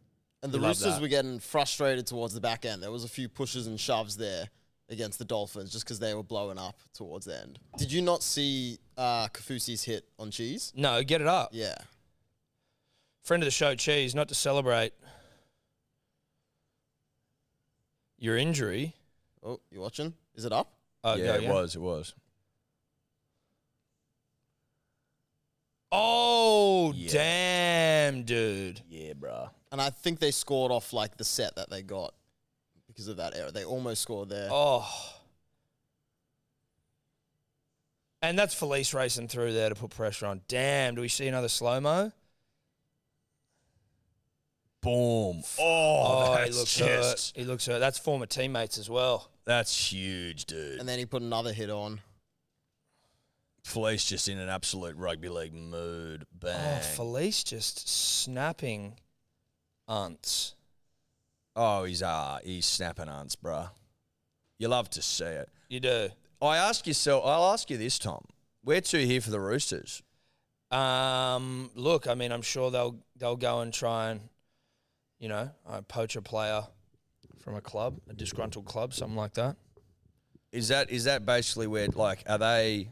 S3: And the
S1: Love
S3: Roosters
S1: that.
S3: were getting frustrated towards the back end. There was a few pushes and shoves there against the Dolphins just because they were blowing up towards the end. Did you not see uh, Kafusi's hit on Cheese?
S1: No, get it up.
S3: Yeah.
S1: Friend of the show, Cheese, not to celebrate your injury.
S3: Oh, you watching? Is it up?
S1: Oh,
S2: yeah,
S1: go,
S2: it was. It was.
S1: Oh,
S2: Yeah.
S1: damn, dude.
S2: Yeah, bruh.
S3: And I think they scored off like the set that they got because of that error. They almost scored there.
S1: Oh. And that's Felice racing through there to put pressure on. Damn, do we see another slow mo?
S2: Boom. Oh,
S1: he
S2: that's
S1: looks
S2: just,
S1: hurt. He looks hurt. That's former teammates as well.
S2: that's huge, dude.
S3: And then he put another hit on.
S2: Felice just in an absolute rugby league mood. Bang.
S1: Oh, Felice just snapping aunts.
S2: Oh, he's ah, he's snapping ants, bruh. You love to see it.
S1: You do.
S2: I ask yourself. I'll ask you this, Tom. Where to here for the Roosters?
S1: Um, look, I mean, I'm sure they'll they'll go and try and, you know, uh, poach a player from a club, a disgruntled club, something like that.
S2: Is that is that basically where like are they?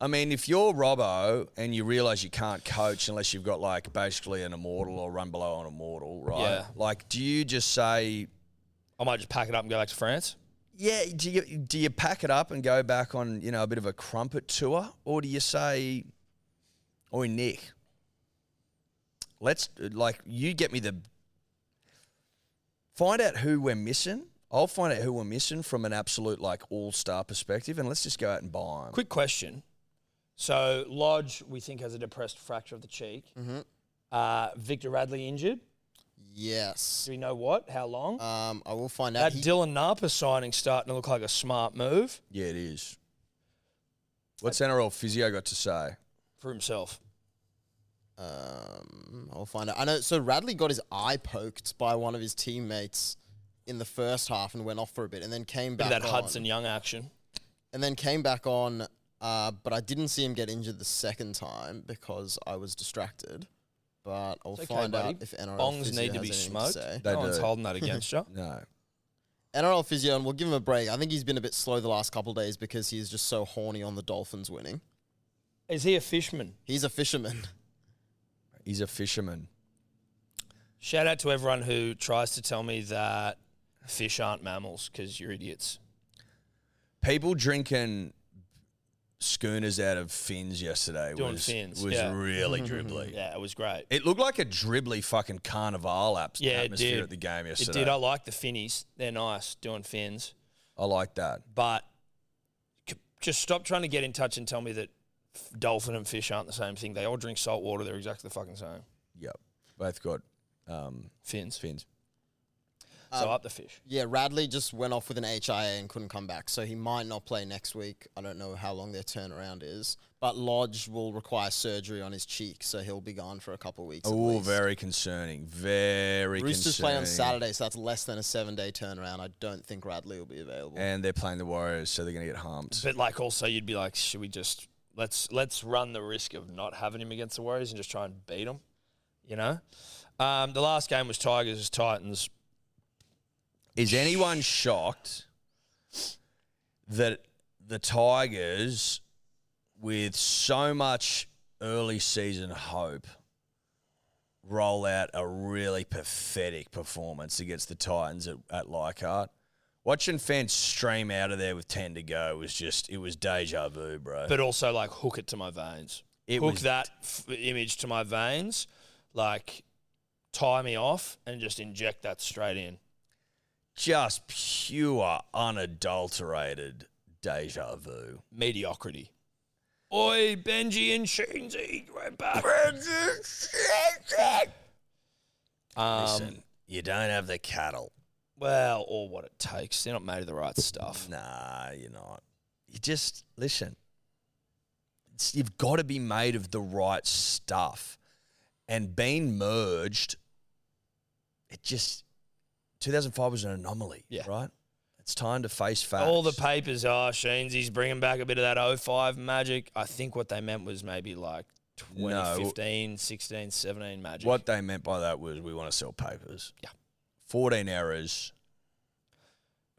S2: I mean, if you're Robbo and you realise you can't coach unless you've got like basically an immortal or run below an immortal, right?
S1: Yeah.
S2: Like, do you just say,
S1: I might just pack it up and go back to France.
S2: yeah? Do you do you pack it up and go back on you know a bit of a crumpet tour, or do you say, "Oi, Nick, let's like you get me the find out who we're missing." I'll find out who we're missing from an absolute like all star perspective, and let's just go out and buy them.
S1: Quick question. So Lodge, we think, has a depressed fracture of the cheek.
S3: Mm-hmm.
S1: Uh, Victor Radley injured.
S3: Yes.
S1: Do we know what? How long?
S3: Um, I will find
S1: that
S3: out. He-
S1: Dylan Napa signing starting to look like a smart move
S2: Yeah, it is. What's NRL physio got to say?
S1: for himself.
S3: Um, I'll find out. I know. So Radley got his eye poked by one of his teammates in the first half and went off for a bit, and then came
S1: Bit
S3: back
S1: of that
S3: on,
S1: Hudson Young action.
S3: and then came back on. Uh, but I didn't see him get injured the second time because I was distracted. But I'll
S1: It's okay,
S3: find out
S1: buddy.
S3: if NRL
S1: Bongs
S3: physio
S1: need to
S3: has
S1: be
S3: anything
S1: smoked.
S3: say.
S2: They
S1: no one's
S2: do.
S1: holding that against you.
S2: No.
S3: NRL physio, and we'll give him a break. I think he's been a bit slow the last couple of days because he's just so horny on the Dolphins winning.
S1: Is he a fishman?
S3: He's a fisherman.
S2: He's a fisherman.
S1: Shout out to everyone who tries to tell me that fish aren't mammals because you're idiots.
S2: People drinking schooners out of fins yesterday
S1: Doing
S2: was,
S1: fins,
S2: was
S1: yeah.
S2: really dribbly.
S1: Yeah, it was great.
S2: It looked like a dribbly fucking carnival apps
S1: Yeah, it
S2: atmosphere
S1: did.
S2: at the game
S1: It
S2: yesterday.
S1: did. I like the finnies. They're nice doing fins,
S2: I like that.
S1: but c- just stop trying to get in touch and tell me that f- dolphin and fish aren't the same thing. They all drink salt water. They're exactly the fucking same.
S2: Yep. Both got um,
S1: Fins.
S2: fins.
S1: So
S3: Um,
S1: up the fish.
S3: Yeah, Radley just went off with an HIA and couldn't come back, so he might not play next week. I don't know how long their turnaround is, but Lodge will require surgery on his cheek, so he'll be gone for a couple of weeks. at
S2: Oh,
S3: least.
S2: very concerning. Very
S3: Roosters play
S2: concerning.
S3: on Saturday, so that's less than a seven-day turnaround. I don't think Radley will be available.
S2: And they're playing the Warriors, so they're going to get humped.
S1: But like, also, you'd be like, should we just let's let's run the risk of not having him against the Warriors and just try and beat them, you know? Um, the last game was Tigers Titans.
S2: Is anyone shocked that the Tigers, with so much early season hope, roll out a really pathetic performance against the Titans at, at Leichhardt? Watching fans stream out of there with 10 to go was just, it was deja vu, bro.
S1: but also like hook it to my veins.
S2: It
S1: hook
S2: was-
S1: that f- image to my veins, like tie me off and just inject that straight in.
S2: just pure, unadulterated deja vu.
S1: Mediocrity. Oi, Benji and Sheensy, we're back.
S2: Listen,
S1: Um,
S2: you don't have the cattle.
S1: well, or what it takes. They're not made of the right stuff.
S2: Nah, you're not. You just listen. It's, you've got to be made of the right stuff, and being merged. It just 2005 was an anomaly,
S1: Yeah.
S2: right? It's time to face facts.
S1: All the papers are Sheensy's bringing back a bit of that 05 magic. I think what they meant was maybe like
S2: No.
S1: 2015, 16, 17 magic.
S2: what they meant by that was we want to sell papers.
S1: Yeah.
S2: 14 errors.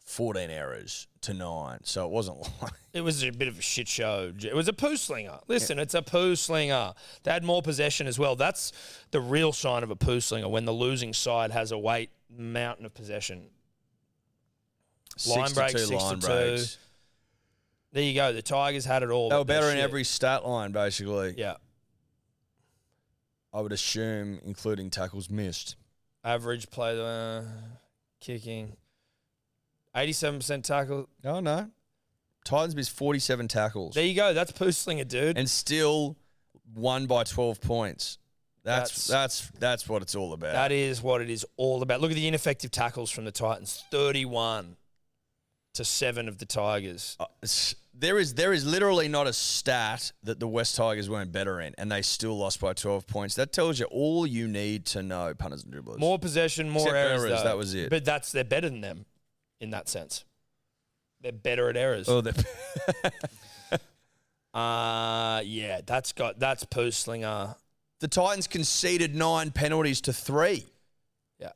S2: 14 errors to nine, so it wasn't like
S1: It was a bit of a shit show. It was a poo slinger. Listen, it's a poo slinger. They had more possession as well. That's the real sign of a poo slinger when the losing side has a weight mountain of possession. Line
S2: six
S1: breaks,
S2: to two
S1: six to
S2: line
S1: two.
S2: breaks.
S1: There you go. The Tigers had it all.
S2: They were
S1: but they're
S2: better in
S1: shit.
S2: every stat line, basically.
S1: Yeah.
S2: I would assume, including tackles missed.
S1: Average play, uh, kicking. 87% tackle.
S2: Oh no, Titans missed forty-seven tackles
S1: There you go. That's poo slinger, dude.
S2: and still won by twelve points. That's that's that's, what it's all about.
S1: That is what it is all about. Look at the ineffective tackles from the Titans 31 to 7 of the Tigers.
S2: Uh, it's- there is there is literally not a stat that the West Tigers weren't better in, and they still lost by twelve points. That tells you all you need to know, punters and dribblers.
S1: More possession, more
S2: Except
S1: errors.
S2: errors,
S1: though.
S2: that was it.
S1: But that's they're better than them in that sense. They're better at errors.
S2: Oh, the-
S1: Uh yeah, that's got that's poo slinger.
S2: the Titans conceded nine penalties to three,
S1: Yeah.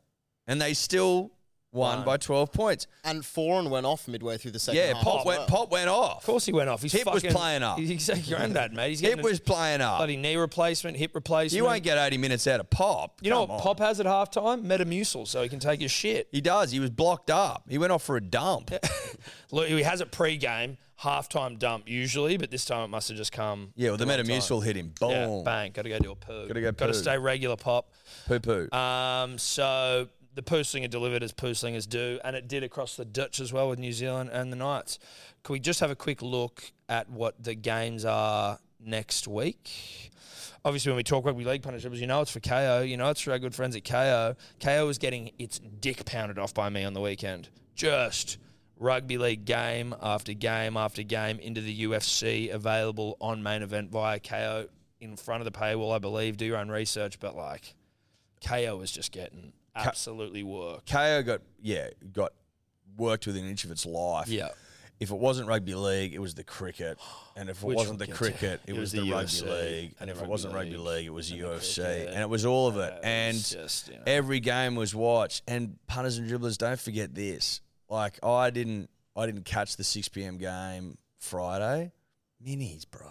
S2: and they still won
S1: Won.
S2: by twelve points.
S3: and Foran went off midway through the second
S2: yeah,
S3: half.
S2: Pop
S3: as
S2: went
S3: well.
S2: Pop went off.
S1: Of course he went off. He's
S2: Hip was
S1: fucking-
S2: playing up.
S1: He's a granddad, mate. He's
S2: It
S1: getting
S2: was playing
S1: a
S2: up.
S1: bloody knee replacement, hip replacement.
S2: You won't get 80 minutes out of Pop.
S1: You know what
S2: Come on.
S1: Pop has at halftime? Metamucil, so he can take his shit.
S2: He does. He was blocked up. He went off for a dump.
S1: Look, he has it pre-game, halftime dump usually, but this time it must have just come.
S2: Yeah, well, the
S1: wrong time.
S2: Metamucil hit him. Boom.
S1: Yeah, bang. Got to go do a poo.
S2: oh. Gotta go
S1: Got to
S2: poo.
S1: stay regular, pop.
S2: Poo poo.
S1: Um, so the poo slinger delivered as poo slingers do, and it did across the ditch as well with New Zealand and the Knights. Can we just have a quick look at what the games are next week? Obviously, when we talk rugby league punishments, you know it's for KO. You know it's for our good friends at KO. KO is getting its dick pounded off by me on the weekend. Just rugby league game after game after game into the UFC, available on main event via KO in front of the paywall, I believe. Do your own research, but like KO is just getting absolutely worked.
S2: KO got yeah got worked within an inch of its life.
S1: Yeah.
S2: If it wasn't rugby league, it was the cricket, and if it
S1: Which we'll
S2: wasn't the
S1: get to.
S2: cricket, it,
S1: It
S2: was,
S1: was
S2: the
S1: the
S2: rugby
S1: UFC
S2: league, and
S1: and
S2: if it
S1: rugby
S2: wasn't rugby
S1: league
S2: league, it was UFC,
S1: cricket.
S2: and it was all of it.
S1: Uh, it's
S2: and
S1: just, you know.
S2: every game was watched. And punters and dribblers, don't forget this. Like I didn't, I didn't catch the six pm game Friday. Minis, bro.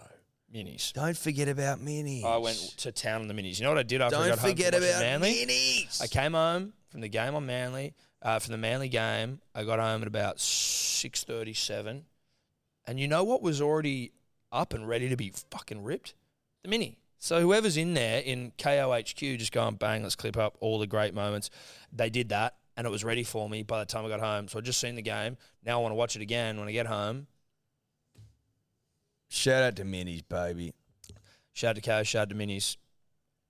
S1: minis.
S2: Don't forget about minis.
S1: I went to town on the minis. You know what I did after I
S2: Don't
S1: got home from
S2: forget
S1: watching
S2: about
S1: Manly?
S2: minis.
S1: I came home from the game on Manly, uh, from the Manly game. I got home at about six thirty-seven, and you know what was already up and ready to be fucking ripped? The mini. So whoever's in there in KOHQ, just go and bang, let's clip up all the great moments. They did that, and it was ready for me by the time I got home. So I just seen the game. Now I want to watch it again when I get home.
S2: Shout out to minis, baby.
S1: Shout out to KO, shout out to Minis.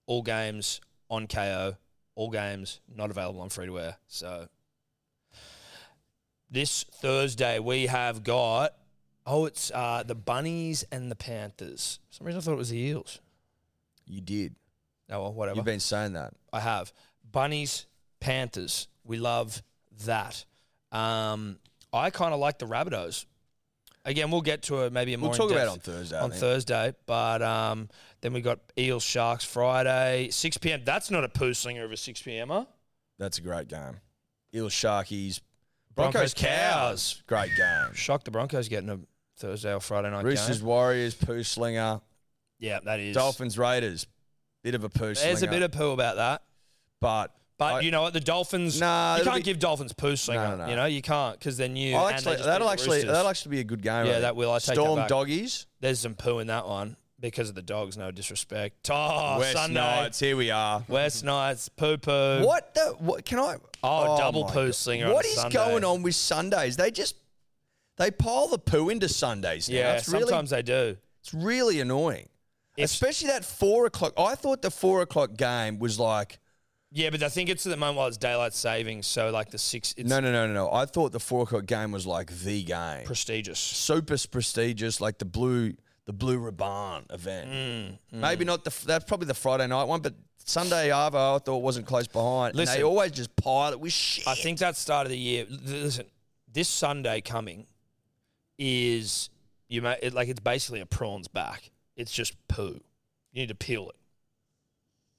S1: All games on KO, all games not available on free to wear. So this Thursday we have got oh it's uh, the Bunnies and the Panthers. For some reason I thought it was the Eels.
S2: You did.
S1: Oh well, whatever.
S2: You've been saying that.
S1: I have. Bunnies, Panthers. We love that. Um, I kind of like the Rabbitohs. Again, we'll get to it maybe a more
S2: We'll talk about it on
S1: in-depth
S2: Thursday. I
S1: on
S2: think.
S1: Thursday. But um, then we got Eels Sharks Friday, 6 p.m. That's not a poo slinger of a 6 p.m. Huh?
S2: That's a great game. Ill Sharkies.
S1: Broncos, Cows.
S2: Great game.
S1: Shocked the Broncos getting a Thursday or Friday night
S2: Roosters,
S1: game.
S2: Warriors, Poo Slinger.
S1: Yeah, that is.
S2: Dolphins, Raiders. Bit of a Poo Slinger.
S1: There's a bit of poo about that.
S2: But,
S1: But
S2: I-
S1: you know what? The Dolphins.
S2: Nah,
S1: you
S2: it'll
S1: can't
S2: be-
S1: give Dolphins poo slinger.
S2: no, no.
S1: You know, you can't because then you.
S2: I'll
S1: and they
S2: actually,
S1: just
S2: that'll
S1: beat the
S2: actually
S1: Roosters.
S2: that'll actually be a good game. I
S1: Yeah,
S2: think.
S1: that will. I take that
S2: Storm
S1: back.
S2: Doggies.
S1: There's some poo in that one because of the dogs. No disrespect. Oh,
S2: West
S1: Sunday.
S2: Knights. Here we are.
S1: West Knights. Poo poo.
S2: What the? What can I?
S1: Oh, double
S2: my
S1: poo
S2: God.
S1: slinger on
S2: What
S1: a
S2: is
S1: Sunday.
S2: going on with Sundays? They just they pile the poo into Sundays. Now.
S1: Yeah,
S2: it's really,
S1: sometimes they do.
S2: it's really annoying.
S1: It's-
S2: Especially that four o'clock. I thought the four o'clock game was like
S1: Yeah, but I think it's at the moment while it's daylight savings, so like the six, it's
S2: No, no, no, no, no. I thought the four o'clock game was like the game,
S1: prestigious.
S2: super prestigious, like the blue, the blue ribbon event.
S1: Mm,
S2: Maybe not the. That's probably the Friday night one, but Sunday Arvo, I thought wasn't close behind. and
S1: Listen.
S2: they always just pile it with shit.
S1: I think that start of the year. l- Listen, this Sunday coming is you may it, like it's basically a prawn's back. It's just poo. You need to peel it.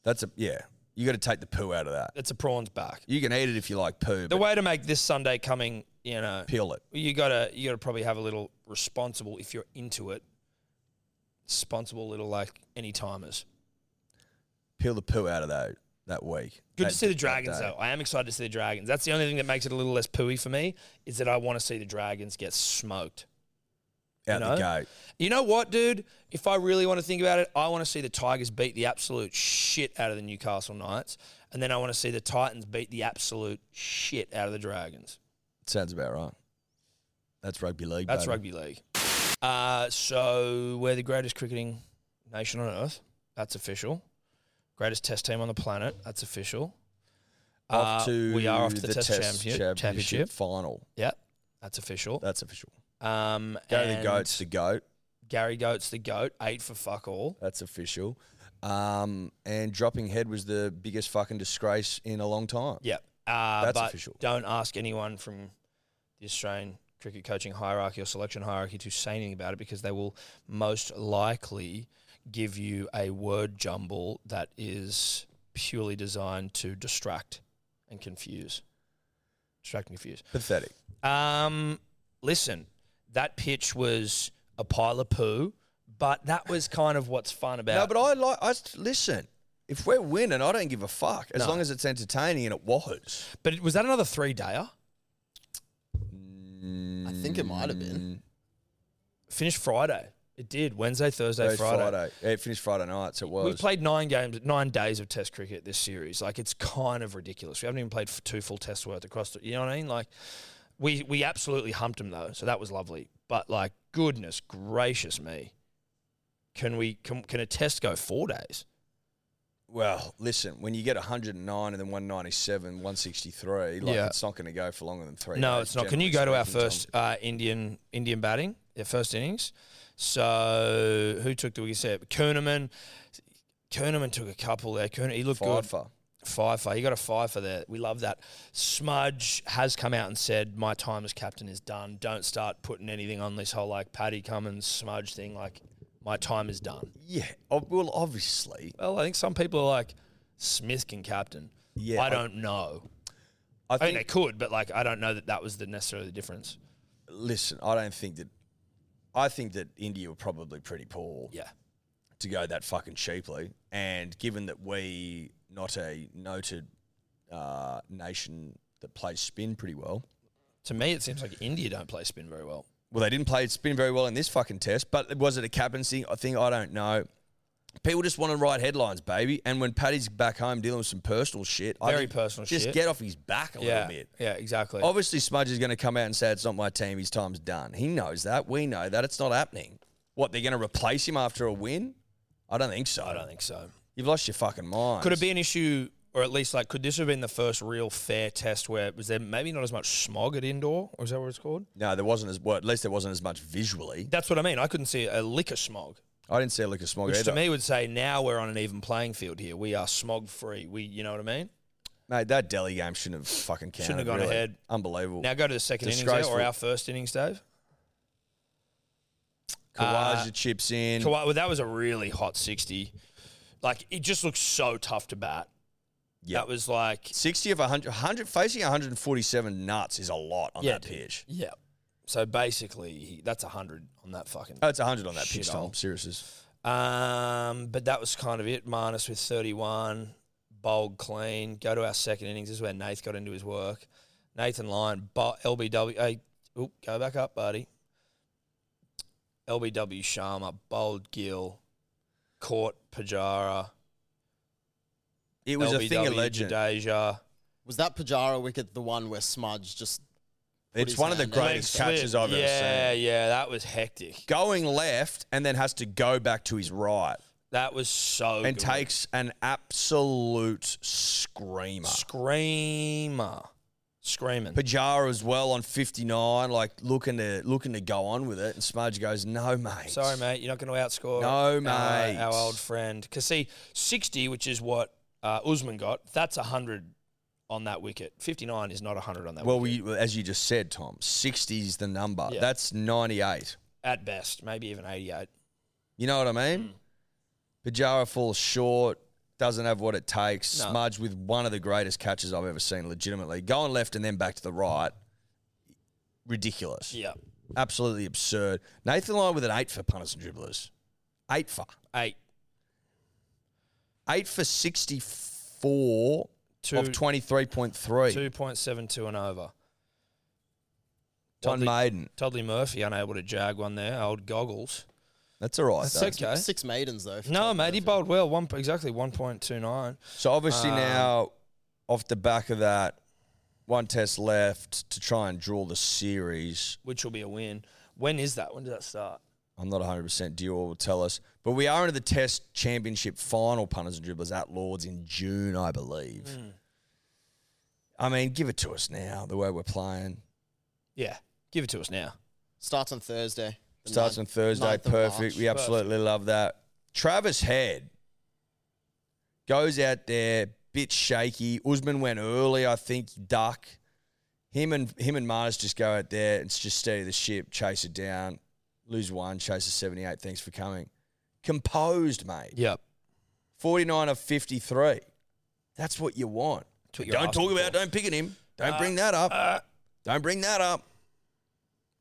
S2: that's a yeah. You got to take the poo out of that.
S1: It's a prawn's back.
S2: You can eat it if you like poo,
S1: The
S2: but
S1: way to make this Sunday coming, you know,
S2: peel it.
S1: you gotta you gotta probably have a little responsible if you're into it. Responsible little like any timers.
S2: Peel the poo out of that that week.
S1: Good
S2: That-
S1: to see the
S2: that
S1: Dragons,
S2: day.
S1: though. I am excited to see the Dragons. That's the only thing that makes it a little less pooey for me is that I want to see the Dragons get smoked.
S2: Out
S1: you know?
S2: the gate.
S1: You know what, dude? If I really want to think about it, I want to see the Tigers beat the absolute shit out of the Newcastle Knights, and then I want to see the Titans beat the absolute shit out of the Dragons.
S2: Sounds about right. That's rugby league.
S1: That's
S2: baby.
S1: rugby league. Uh, so we're the greatest cricketing nation on earth. That's official. Greatest test team on the planet. That's official.
S2: Off
S1: Uh,
S2: to
S1: we are off to the, test, championship.
S2: championship,
S1: championship.
S2: final.
S1: Yep, that's official.
S2: That's official.
S1: Um,
S2: Gary
S1: and
S2: Goat's the goat.
S1: Gary Goat's the goat. Eight for fuck all.
S2: That's official. Um, and dropping head was the biggest fucking disgrace in a long time.
S1: Yeah, uh,
S2: That's
S1: but
S2: official.
S1: Don't ask anyone from the Australian cricket coaching hierarchy or selection hierarchy to say anything about it because they will most likely give you a word jumble that is purely designed to distract and confuse. Distract and confuse.
S2: Pathetic.
S1: Um, listen, that pitch was a pile of poo, but that was kind of what's fun about.
S2: No, but I like. I s- listen. If we're winning, I don't give a fuck. As
S1: No.
S2: long as it's entertaining, and it was.
S1: But was that another three dayer?
S3: I think it might have
S2: Mm,
S3: been.
S1: Finished Friday. It did Wednesday, Thursday,
S2: Friday.
S1: Friday.
S2: Friday. Yeah, it finished Friday night, so it was.
S1: We've played nine games, nine days of Test cricket this series. Like it's kind of ridiculous. We haven't even played f- two full Tests worth across. The, you know what I mean? Like we we absolutely humped them though, so that was lovely. But like, goodness gracious me, can we can, can a Test go four days?
S2: Well, listen, when you get 109 and then 197, 163, like
S1: Yeah.
S2: it's not going to go for longer than three.
S1: No,
S2: days,
S1: it's not. Can you go
S2: generally
S1: to our
S2: speaking, Tom.
S1: first uh, Indian Indian batting, their first innings? So who took the wicket set? Kerneman. Kerneman took a couple there. Kerneman, he looked good.
S2: Fifer.
S1: Fifer. He got a Fifer there. We love that. Smudge has come out and said, My time as captain is done. Don't start putting anything on this whole like Paddy Cummins smudge thing. Like, my time is done.
S2: Yeah. ob- Well, obviously,
S1: Well, I think some people are like, Smith can captain.
S2: Yeah,
S1: I
S2: I-
S1: don't know.
S2: I
S1: I mean,
S2: think.
S1: they could, but like, I don't know that that was the necessarily the difference.
S2: listen, I don't think that. I think that India were probably pretty poor
S1: Yeah.
S2: to go that fucking cheaply, and given that we not a noted uh, nation that plays spin pretty well.
S1: To me, it seems like India don't play spin very well.
S2: Well, they didn't play spin very well in this fucking test, but was it a captaincy thing? I don't know. People just want to write headlines, baby. And when Paddy's back home dealing with some personal shit, I
S1: Very
S2: think
S1: personal
S2: just
S1: shit.
S2: get off his back a
S1: yeah.
S2: little bit.
S1: Yeah, exactly.
S2: Obviously, Smudge is going to come out and say it's not my team. His time's done. He knows that. We know that. It's not happening. What they're going to replace him after a win? I don't think so.
S1: I don't think so.
S2: You've lost your fucking mind.
S1: Could it be an issue, or at least like, could this have been the first real fair test where was there maybe not as much smog at indoor, or is that what it's called?
S2: No, there wasn't as well. At least there wasn't as much visually.
S1: That's what I mean. I couldn't see a lick of smog,
S2: I didn't see a lick of smog
S1: which
S2: either.
S1: to me would say now we're on an even playing field here. We are smog free. We, you know what I mean?
S2: Mate, that Delhi game shouldn't have fucking counted.
S1: Shouldn't have gone
S2: really.
S1: ahead.
S2: Unbelievable.
S1: Now go to the second innings there, or
S2: Disgraceful.
S1: our first innings, Dave. uh,
S2: Kawaja chips in.
S1: Kawhi, well, that was a really hot sixty. Like it just looks so tough to bat.
S2: Yeah.
S1: That was like
S2: 60 of 100, 100 facing 147 nuts is a lot on
S1: Yeah,
S2: that
S1: dude.
S2: pitch.
S1: yeah. So basically, he, that's hundred on that fucking.
S2: Oh, it's 100 on that
S1: Shit
S2: pitch,
S1: hole.
S2: Tom. Serious.
S1: Um, but that was kind of it. Marnus with 31, bowled clean. Go to our second innings. This is where Nath got into his work. Nathan Lyon, but LBW. Hey, oop, go back up, buddy. LBW Sharma, bowled Gill, caught Pajara.
S2: It was a thing of legend.
S1: Jadeja.
S3: Was that Pajara wicket the one where Smudge just
S2: It's
S3: his
S2: one of the
S3: hand down.
S2: greatest
S1: Went
S2: catches
S1: slip.
S2: I've
S1: yeah, Yeah,
S2: ever seen.
S1: that was hectic.
S2: Going left and then has to go back to his right
S1: That was so
S2: and
S1: good.
S2: takes an absolute screamer.
S1: Screamer. Screaming.
S2: Pajara as well on 59, like looking to looking to go on with it. And Smudge goes, no, mate.
S1: Sorry, mate, you're not going to outscore
S2: No,
S1: our-
S2: mate.
S1: uh, Our, old friend. Because, see, 60, which is what uh, Usman got, that's 100 on that wicket. 59 is not 100 on that
S2: Well,
S1: wicket.
S2: we, as you just said, Tom, 60 is the number.
S1: Yeah.
S2: That's 98.
S1: At best, maybe even 88.
S2: You know what I mean? Pajara falls short, doesn't have what it takes.
S1: Mm. No.
S2: Smudge with one of the greatest catches I've ever seen, legitimately. Going left and then back to the right. Ridiculous.
S1: Yeah.
S2: Absolutely absurd. Nathan Lyon with an eight for punters and dribblers. Eight for.
S1: Eight.
S2: Eight for 64
S1: Two,
S2: of 23.3.
S1: 2.72 and over.
S2: One
S1: Toddley-
S2: maiden.
S1: Toddley Murphy unable to jag one there. Old goggles.
S2: That's all right. though.
S1: That's okay.
S3: six maidens though? for
S1: No,
S3: Todd
S1: mate, he
S3: Murphy?
S1: bowled well. One exactly 1.29.
S2: So obviously
S1: Um,
S2: now, off the back of that, one test left to try and draw the series.
S1: which will be a win. When is that? When does that start?
S2: I'm not 100% due or will tell us, but we are into the test championship final punters and dribblers at Lords in June, I believe.
S3: Mm.
S1: Hmm.
S2: I mean, give it to us now, the way we're playing.
S1: Yeah, give it to us now.
S3: Starts on Thursday. the
S2: Starts on
S3: ninth-
S2: Thursday.
S3: 9th of
S2: Perfect. We
S3: March.
S2: absolutely love that. Travis Head goes out there, bit shaky. Usman went early, I think. Duck. Him and him and Mars just go out there and just steady the ship, chase it down, lose one, chase a seventy-eight. Thanks for coming. Composed, mate.
S1: Yep.
S2: Forty-nine of fifty-three. That's what you want.
S1: That's what you're
S2: don't
S1: asking
S2: talk about.
S1: for.
S2: Don't pick at him. Don't bring that up.
S1: Uh,
S2: Don't bring that up.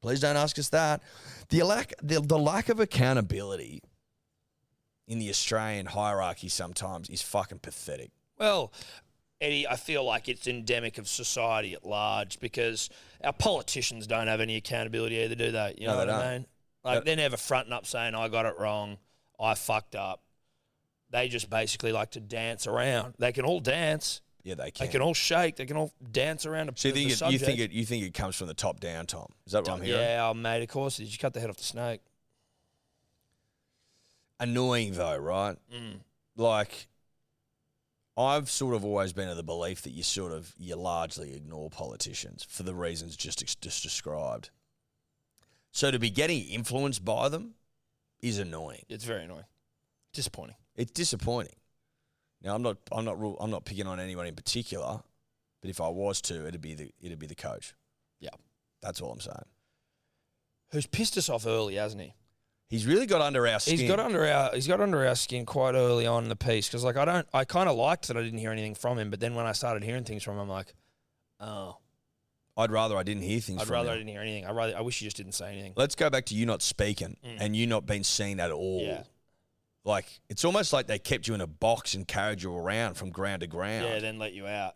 S2: Please don't ask us that. The lack, the, the lack of accountability in the Australian hierarchy sometimes is fucking pathetic.
S1: Well, Eddie, I feel like it's endemic of society at large because our politicians don't have any accountability either, do they? You know
S2: No,
S1: what
S2: they
S1: I
S2: don't.
S1: mean? Like they're never fronting up saying I got it wrong, I fucked up. They just basically like to dance around. They can all dance.
S2: Yeah, they can.
S1: They can all shake. They can all dance around. A,
S2: so you
S1: the
S2: think it, you
S1: subject.
S2: think it you think it comes from the top down, Tom? Is that what I'm hearing?
S1: Yeah, oh, mate. Of course, did you cut the head off the snake? Mm,
S2: Annoying though, right? Like I've sort of always been of the belief that you sort of you largely ignore politicians for the reasons just ex- just described. So to be getting influenced by them is annoying.
S1: It's very annoying. Disappointing.
S2: It's disappointing. Now I'm not I'm not rule- I'm not picking on anyone in particular, but if I was to, it'd be the it'd be the coach.
S1: Yeah.
S2: That's all I'm saying.
S1: Who's pissed us off early, hasn't he?
S2: He's really got under our skin.
S1: He's got under our he's got under our skin quite early on in the piece because like I don't I kind of liked that I didn't hear anything from him, but then when I started hearing things from him, I'm like, oh,
S2: I'd rather I didn't hear things.
S1: I'd
S2: from
S1: rather I
S2: him.
S1: didn't hear anything. I rather I wish you just didn't say anything.
S2: Let's go back to you not speaking and you not being seen at all.
S1: Mm. Yeah.
S2: Like it's almost like they kept you in a box and carried you around from ground to ground.
S1: Yeah, then let you out.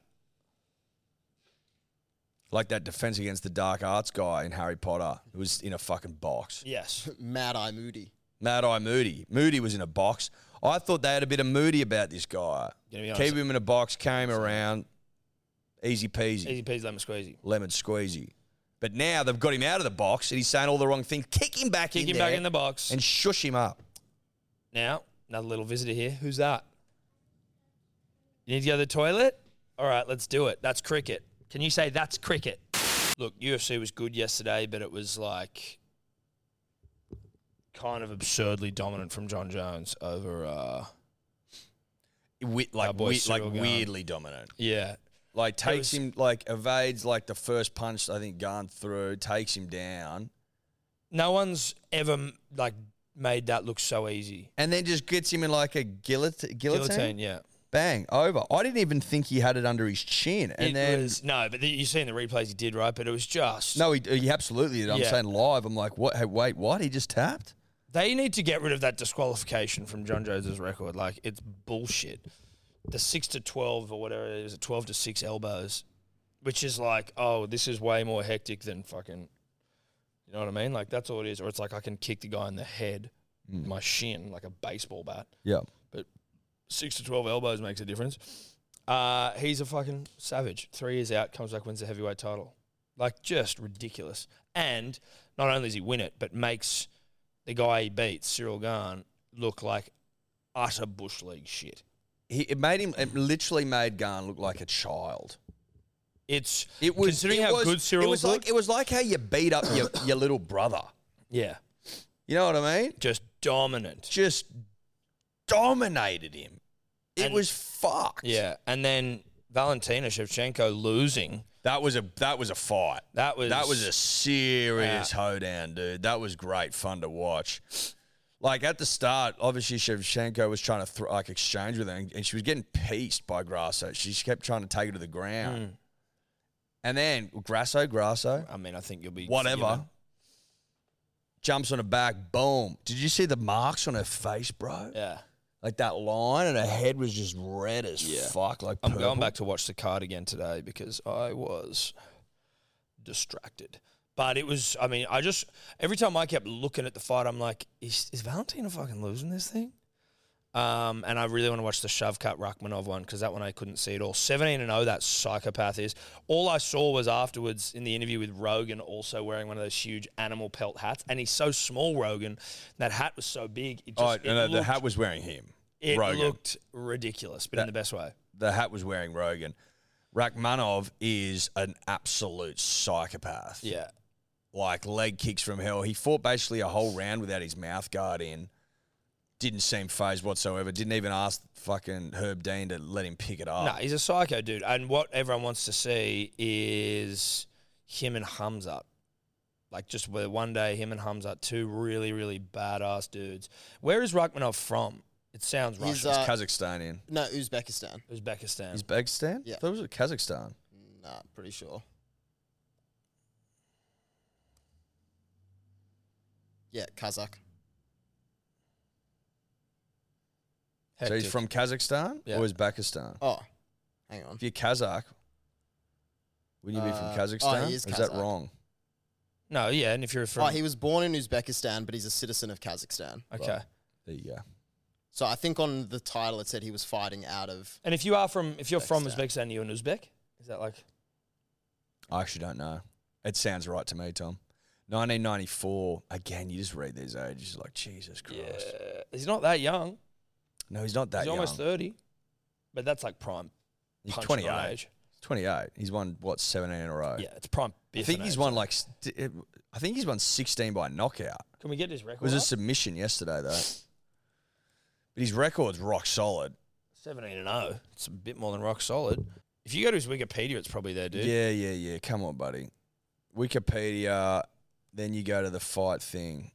S2: like that defense against the dark arts guy in Harry Potter
S1: Mm.
S2: who was in a fucking box.
S1: Yes,
S3: Mad Eye Moody.
S2: Mad Eye Moody. Moody was in a box. I thought they had a bit of Moody about this guy.
S1: Gonna be honest.
S2: Keep him in a box, carry him around. Easy peasy.
S1: easy peasy lemon squeezy.
S2: Lemon squeezy. But now they've got him out of the box and he's saying all the wrong things. Kick him back
S1: Kick
S2: in
S1: him
S2: there
S1: back in the box.
S2: and shush him up.
S1: Now, another little visitor here. Who's that? You need to go to the toilet? All right, let's do it. That's cricket. Can you say that's cricket? Look, UFC was good yesterday, but it was like kind of absurdly dominant from John Jones over uh
S2: We-
S1: Our
S2: like
S1: boy
S2: we-
S1: Cyril
S2: like
S1: Garn.
S2: weirdly dominant.
S1: yeah.
S2: Like takes
S1: was-
S2: him like evades like the first punch I think gone through, takes him down,
S1: No one's ever m- like made that look so easy.
S2: and then just gets him in like a guillotine. Guillotine.
S1: Guillotine, yeah.
S2: Bang over. I didn't even think he had it under his chin, and
S1: It
S2: then
S1: was- no, but the, you see in the replays he did right, but it was just
S2: no, he, he absolutely did. I'm
S1: Yeah.
S2: saying live. I'm like, what? Hey, wait, what? He just tapped.
S1: They need to get rid of that disqualification from John Jones's record. Like it's bullshit. The six to twelve or whatever it is, twelve to six elbows, which is like, oh, this is way more hectic than fucking. You know what I mean? Like that's all it is. Or it's like I can kick the guy in the head, with my shin, like a baseball bat.
S2: Mm, Yeah.
S1: Six to twelve elbows makes a difference. Uh, he's a fucking savage. Three years out, comes back, wins the heavyweight title. Like just ridiculous. And not only does he win it, but makes the guy he beats, Cyril Garn, look like utter bush league shit.
S2: He, it made him. It literally made Garn look like a child.
S1: It's
S2: It was
S1: considering
S2: it
S1: how
S2: was,
S1: good Cyril's
S2: It was like
S1: looked,
S2: it was like how you beat up your, your little brother.
S1: yeah,
S2: You know what I mean?
S1: just dominant.
S2: Just dominated him. It
S1: And-
S2: was fucked.
S1: Yeah, and then Valentina Shevchenko losing.
S2: That was a that was a fight.
S1: That was
S2: That was a serious hoedown, dude. That was great fun to watch. Like at the start, obviously Shevchenko was trying to thro- like exchange with her, and, and she was getting pieced by Grasso. She just kept trying to take her to the ground,
S1: Mm.
S2: and then Grasso, Grasso,
S1: I mean, I think you'll be
S2: whatever,
S1: forgiven.
S2: jumps on her back. Boom! Did you see the marks on her face, bro?
S1: Yeah,
S2: Like that line, and her head was just red as
S1: Yeah.
S2: fuck. Like
S1: I'm
S2: purple.
S1: going back to watch the card again today because I was distracted. But it was, I mean, I just, every time I kept looking at the fight, I'm like, is, is Valentina fucking losing this thing? Um, and I really want to watch the Shavkat Rachmanov one because that one I couldn't see at all. 17 and 0, that psychopath is. All I saw was afterwards in the interview with Rogan also wearing one of those huge animal pelt hats. And he's so small, Rogan. That hat was so big. It
S2: Oh
S1: just, it
S2: no, no, the
S1: looked-
S2: hat was wearing him.
S1: it
S2: Rogan.
S1: looked ridiculous, but in
S2: That-
S1: the best way.
S2: the hat was wearing Rogan. Rachmanov is an absolute psychopath.
S1: Yeah.
S2: Like leg kicks from hell. He fought basically a whole round without his mouth guard in. Didn't seem phased whatsoever. Didn't even ask fucking Herb Dean to let him pick it up.
S1: No, he's a psycho dude. And what everyone wants to see is him and Hamzat. Like just where one day him and Hamzat, two really, really badass dudes. Where is Rachmanov from? It sounds
S3: He's,
S1: Russian.
S3: uh,
S2: Kazakhstanian.
S3: No, Uzbekistan.
S2: uh,
S1: Uzbekistan.
S2: Uzbekistan?
S3: Yeah.
S2: I thought it was Kazakhstan.
S3: Nah, pretty sure. Yeah, Kazakh.
S2: So
S1: Hectic.
S2: he's from Kazakhstan
S1: Yeah.
S2: or Uzbekistan?
S3: Oh, hang on.
S2: If you're Kazakh, wouldn't you be
S3: Uh,
S2: from
S3: oh,
S2: Kazakhstan?
S3: he is
S2: Or that
S3: Kazakh.
S2: wrong?
S1: No, yeah, and if you're from
S3: Oh, he was born in Uzbekistan, but he's a citizen of Kazakhstan.
S1: Okay.
S2: There you go.
S3: So I think on the title it said he was fighting out of.
S1: And if you are from if you're from
S3: Uzbekistan.
S1: Uzbekistan, you're an Uzbek? Is that like
S2: I actually don't know. It sounds right to me, Tom. 1994. Again, you just read these ages, you're like Jesus Christ.
S1: Yeah. He's not that young.
S2: No, he's not that
S1: he's
S2: young.
S1: almost thirty. but that's like prime.
S2: He's
S1: punch
S2: 28.
S1: on age.
S2: 28. He's won what 17 in a row.
S1: Yeah, it's prime.
S2: I
S1: biff
S2: think
S1: on
S2: he's
S1: age.
S2: won like st- I think he's won 16 by knockout.
S1: Can we get his
S2: It
S1: record?
S2: was a
S1: up?
S2: submission yesterday though. But his record's rock solid.
S1: seventeen and zero? It's a bit more than rock solid. If you go to his Wikipedia, it's probably there, dude.
S2: Yeah, yeah, yeah. Come on, buddy. Wikipedia, then you go to the fight thing.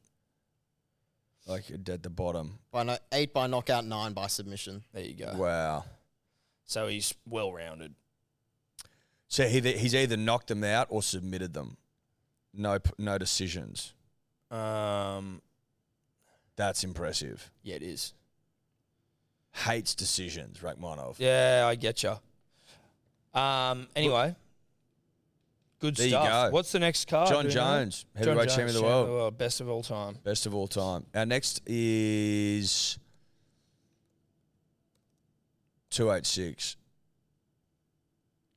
S2: Like at the bottom.
S3: By no, eight by knockout, nine by submission.
S1: There you go.
S2: Wow.
S1: So he's well rounded.
S2: So he, he's either knocked them out or submitted them. No, p- no decisions.
S1: Um,
S2: That's impressive.
S1: yeah, it is.
S2: Hates decisions, Rachmanov.
S1: Yeah, I get you. Um, anyway, good
S2: There you
S1: stuff.
S2: go.
S1: What's the next card?
S2: John
S1: Oh, do we know?
S2: Jones,
S1: John
S2: heavyweight
S1: Jones,
S2: champion of the
S1: champion
S2: world.
S1: best of all time.
S2: Best of all time. Our next is 286.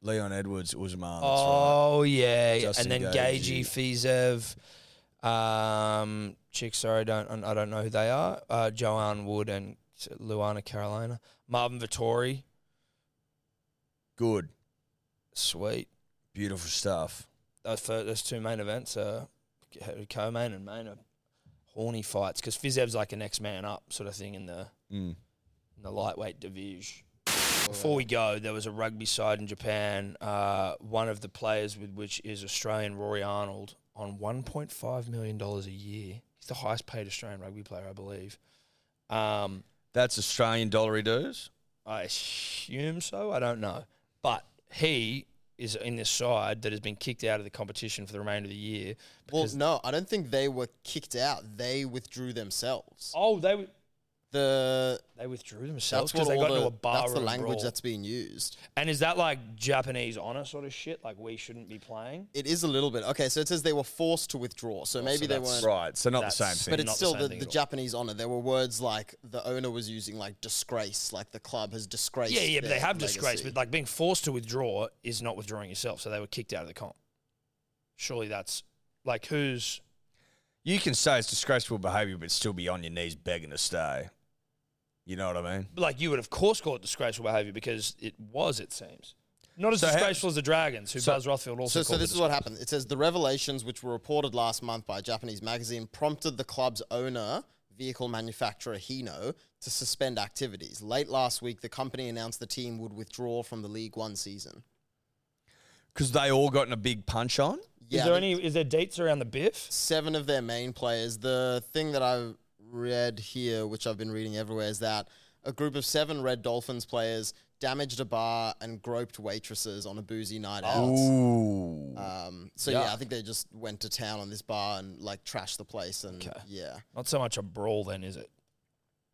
S2: Leon Edwards, Uzman. That's right.
S1: oh yeah,
S2: Justin
S1: and then Gagey, Fizev, um, chick. Sorry, I don't I don't know who they are. Uh, Joanne Wood and Luana Carolina, Marvin Vittori.
S2: Good.
S1: Sweet.
S2: Beautiful stuff.
S1: Those, fir- those two main events are co-main and main are horny fights because Fizev's like a next man up sort of thing in the
S2: Mm.
S1: in the lightweight division. Before we go, there was a rugby side in Japan. Uh, one of the players with which is Australian Rory Arnold on one point five million dollars a year. He's the highest paid Australian rugby player, I believe. Um,
S2: That's Australian dollary dues.
S1: I assume so. I don't know. But he is in this side that has been kicked out of the competition for the remainder of the year.
S3: Well,
S1: Because,
S3: no, I don't think they were kicked out. They withdrew themselves.
S1: oh, they w-
S3: The
S1: they withdrew themselves because
S3: that's what
S1: they
S3: all
S1: got into
S3: the,
S1: a bar.
S3: that's the language that's being used.
S1: and is that like Japanese honor sort of shit? Like we shouldn't be playing.
S3: It is a little bit okay. So it says they were forced to withdraw. So maybe they
S1: Oh, that's
S3: weren't.
S2: Right. So not
S1: That's-
S2: the same thing.
S3: But it's
S1: Not the
S3: still
S1: same
S3: the,
S1: thing
S3: the,
S1: at all.
S3: Japanese honor. There were words like the owner was using like disgrace, like the club has disgraced.
S1: Yeah, yeah, but they
S3: their
S1: have disgrace.
S3: legacy.
S1: But like being forced to withdraw is not withdrawing yourself. So they were kicked out of the comp. Surely that's like who's
S2: you can say it's disgraceful behaviour, but still be on your knees begging to stay. You know what I mean?
S1: like you would of course call it disgraceful behaviour because it was it seems not as
S2: So how-
S1: disgraceful as the Dragons who
S2: So-
S1: Buzz Rothfield also
S3: So, so
S1: called
S3: this is what happened. It says the revelations, which were reported last month by a Japanese magazine, prompted the club's owner, vehicle manufacturer Hino, to suspend activities. Late last week, the company announced the team would withdraw from the League One season.
S2: Because they all got in a big punch on.
S3: Yeah,
S1: is there
S3: I think
S1: any is there dates around the biff?
S3: seven of their main players. The thing that I read here, which I've been reading everywhere, is that a group of seven Red Dolphins players damaged a bar and groped waitresses on a boozy night
S1: Oh,
S3: out.
S2: Oh. Ooh.
S1: Uh,
S3: Um, so yeah. I think they just went to town on this bar and like trashed the place and
S1: Okay.
S3: yeah.
S1: Not so much a brawl then, is it?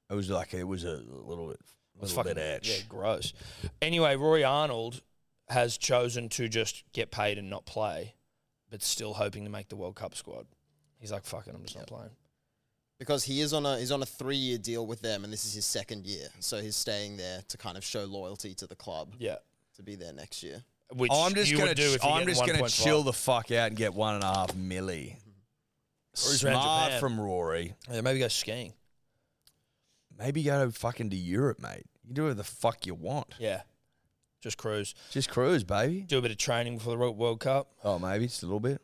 S2: it was like it was a little bit,
S1: It was
S2: little bit
S1: fucking
S2: etch.
S1: yeah, gross. Anyway, Rory Arnold has chosen to just get paid and not play, but still hoping to make the World Cup squad. He's like, fuck it, I'm just not playing.
S3: Because he is on a he's on a three year deal with them and this is his second year. So he's staying there to kind of show loyalty to the club
S1: Yeah.
S3: to be there next year.
S1: Which
S2: I'm just
S1: you
S2: gonna,
S1: would do if you get
S2: I'm just gonna
S1: 1.5.
S2: chill the fuck out and get one and a half milli.
S1: Rory's around
S2: Smart
S1: Japan.
S2: from Rory.
S1: Yeah, maybe go skiing.
S2: Maybe go to fucking to Europe, mate. You can do whatever the fuck you want.
S1: Yeah. Just cruise.
S2: Just cruise, baby.
S1: Do a bit of training before the World Cup.
S2: Oh, maybe just a little bit,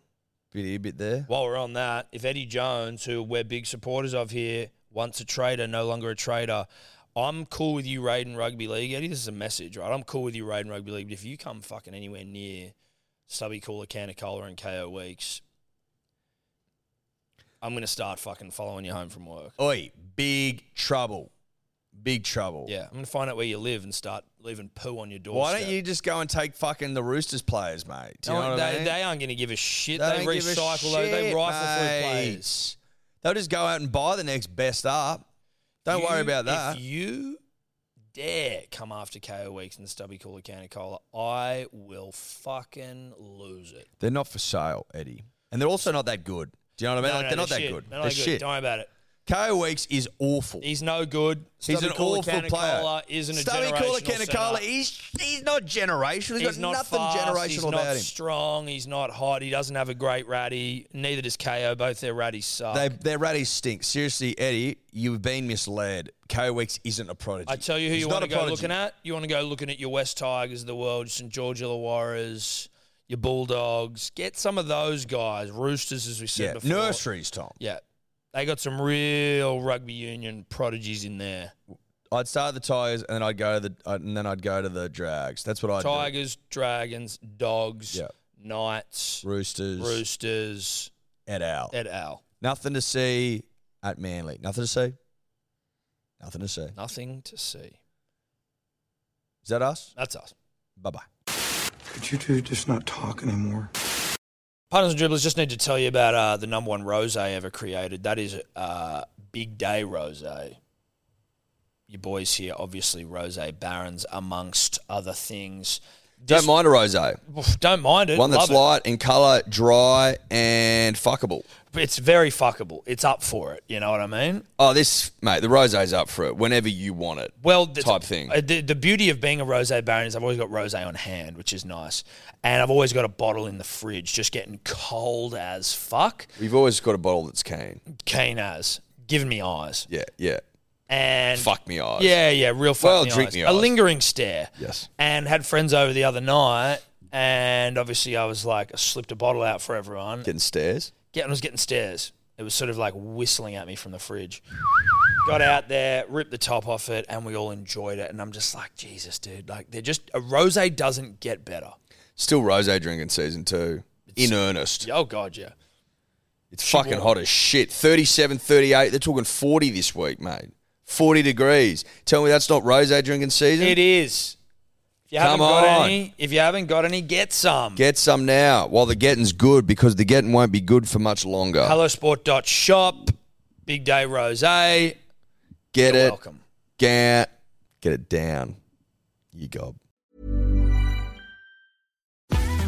S2: bit here, bit there.
S1: While we're on that, if Eddie Jones, who we're big supporters of here, once a trader, no longer a trader, I'm cool with you raiding rugby league. Eddie, this is a message, right? I'm cool with you raiding rugby league, but if you come fucking anywhere near Stubby Cooler, Can of Cola, and KO Weeks, I'm going to start fucking following you home from work.
S2: Oi, big trouble, big trouble.
S1: Yeah, I'm going to find out where you live and start leaving poo on your doorstep.
S2: Why don't you just go and take fucking the Roosters players, mate? Do you
S1: No,
S2: know what
S1: they,
S2: I mean?
S1: they aren't going to give a shit.
S2: They
S1: They,
S2: don't give a
S1: recycle, though. they
S2: shit,
S1: rifle
S2: mate.
S1: through players.
S2: They'll just go out and buy the next best up. Don't worry
S1: You-
S2: about that.
S1: If you dare come after KO Weeks and Stubby Cooler County Cola, I will fucking lose it.
S2: They're not for sale, Eddie. And they're also not that good. Do you know what I mean?
S1: No,
S2: like
S1: no,
S2: they're not that
S1: shit.
S2: good.
S1: They're
S2: They're,
S1: not that good.
S2: shit.
S1: Don't worry about it.
S2: KO Weeks is awful.
S1: He's no good.
S2: He's an awful player.
S1: Isn't a
S2: Stubby Cooler
S1: generational
S2: Canicola,
S1: centre.
S2: he's he's not generational. He's,
S1: He's
S2: got
S1: not
S2: nothing
S1: fast,
S2: generational
S1: he's
S2: about
S1: not
S2: him.
S1: strong. He's not hot. He doesn't have a great ratty. Neither does KO. Both their ratties suck.
S2: They, their ratties stink. Seriously, Eddie, you've been misled. KO Weeks isn't a prodigy.
S1: I tell you who
S2: He's
S1: you
S2: not
S1: want
S2: a
S1: to go
S2: prodigy.
S1: looking at. You want to go looking at your West Tigers of the world, St George Illawarras, your Bulldogs. Get some of those guys. Roosters, as we said
S2: Yeah,
S1: before.
S2: nurseries, Tom.
S1: Yeah. They got some real rugby union prodigies in there.
S2: I'd start the Tigers, and then I'd go to the uh, and then I'd go to the Drags. That's what I'd
S1: Tigers, Dragons, Dogs,
S2: Yeah.
S1: Knights,
S2: do. Roosters,
S1: Roosters,
S2: et al.
S1: et al.
S2: Nothing to see at Manly. Nothing to see. Nothing to see. Is
S1: Nothing to see.
S2: that us?
S1: That's us.
S2: Bye bye.
S5: Could you two just not talk anymore?
S1: Punters and dribblers, just need to tell you about uh, the number one rose ever created. That is uh, Big Day Rose. Your boys here, obviously, Rose Barons, amongst other things.
S2: Don't mind a rosé.
S1: Oof, Don't mind it.
S2: One
S1: love
S2: that's
S1: it.
S2: light in colour, dry and fuckable.
S1: It's very fuckable. It's up for it. You know what I mean?
S2: Oh, this mate, the rosé's up for it whenever you want it.
S1: well the,
S2: type thing.
S1: uh, The, the beauty of being a rosé baron is I've always got rosé on hand, which is nice, and I've always got a bottle in the fridge, just getting cold as fuck,
S2: We've always got a bottle that's keen.
S1: keen as, giving me eyes,
S2: Yeah, yeah.
S1: and
S2: Fuck me eyes.
S1: yeah, yeah, real fuck
S2: Well,
S1: me
S2: drink
S1: eyes.
S2: me
S1: a
S2: eyes.
S1: lingering stare,
S2: Yes.
S1: and had friends over the other night, and obviously I was like, I slipped a bottle out for everyone,
S2: Getting stares.
S1: getting was getting stares. It was sort of like whistling at me from the fridge. Got out there, ripped the top off it, and we all enjoyed it. And I'm just like, Jesus, dude, like they're just a rose doesn't get better.
S2: Still rosé drinking season two. in earnest.
S1: Oh god, yeah.
S2: It's fucking hot as shit. 37, 38. They're talking 40 this week, mate. 40 degrees. Tell me that's not rosé drinking season?
S1: It is. If you haven't
S2: Come
S1: got
S2: on.
S1: any, if you haven't got any, get some.
S2: Get some now while the getting's good because the getting won't be good for much longer.
S1: Hellosport.shop, big day rose. Get
S2: Get it.
S1: Welcome.
S2: Get, get it down. You gob.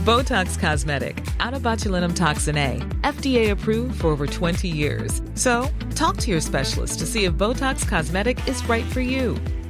S6: Botox Cosmetic, out of botulinum toxin A, FDA approved for over 20 years. So, talk to your specialist to see if Botox Cosmetic is right for you.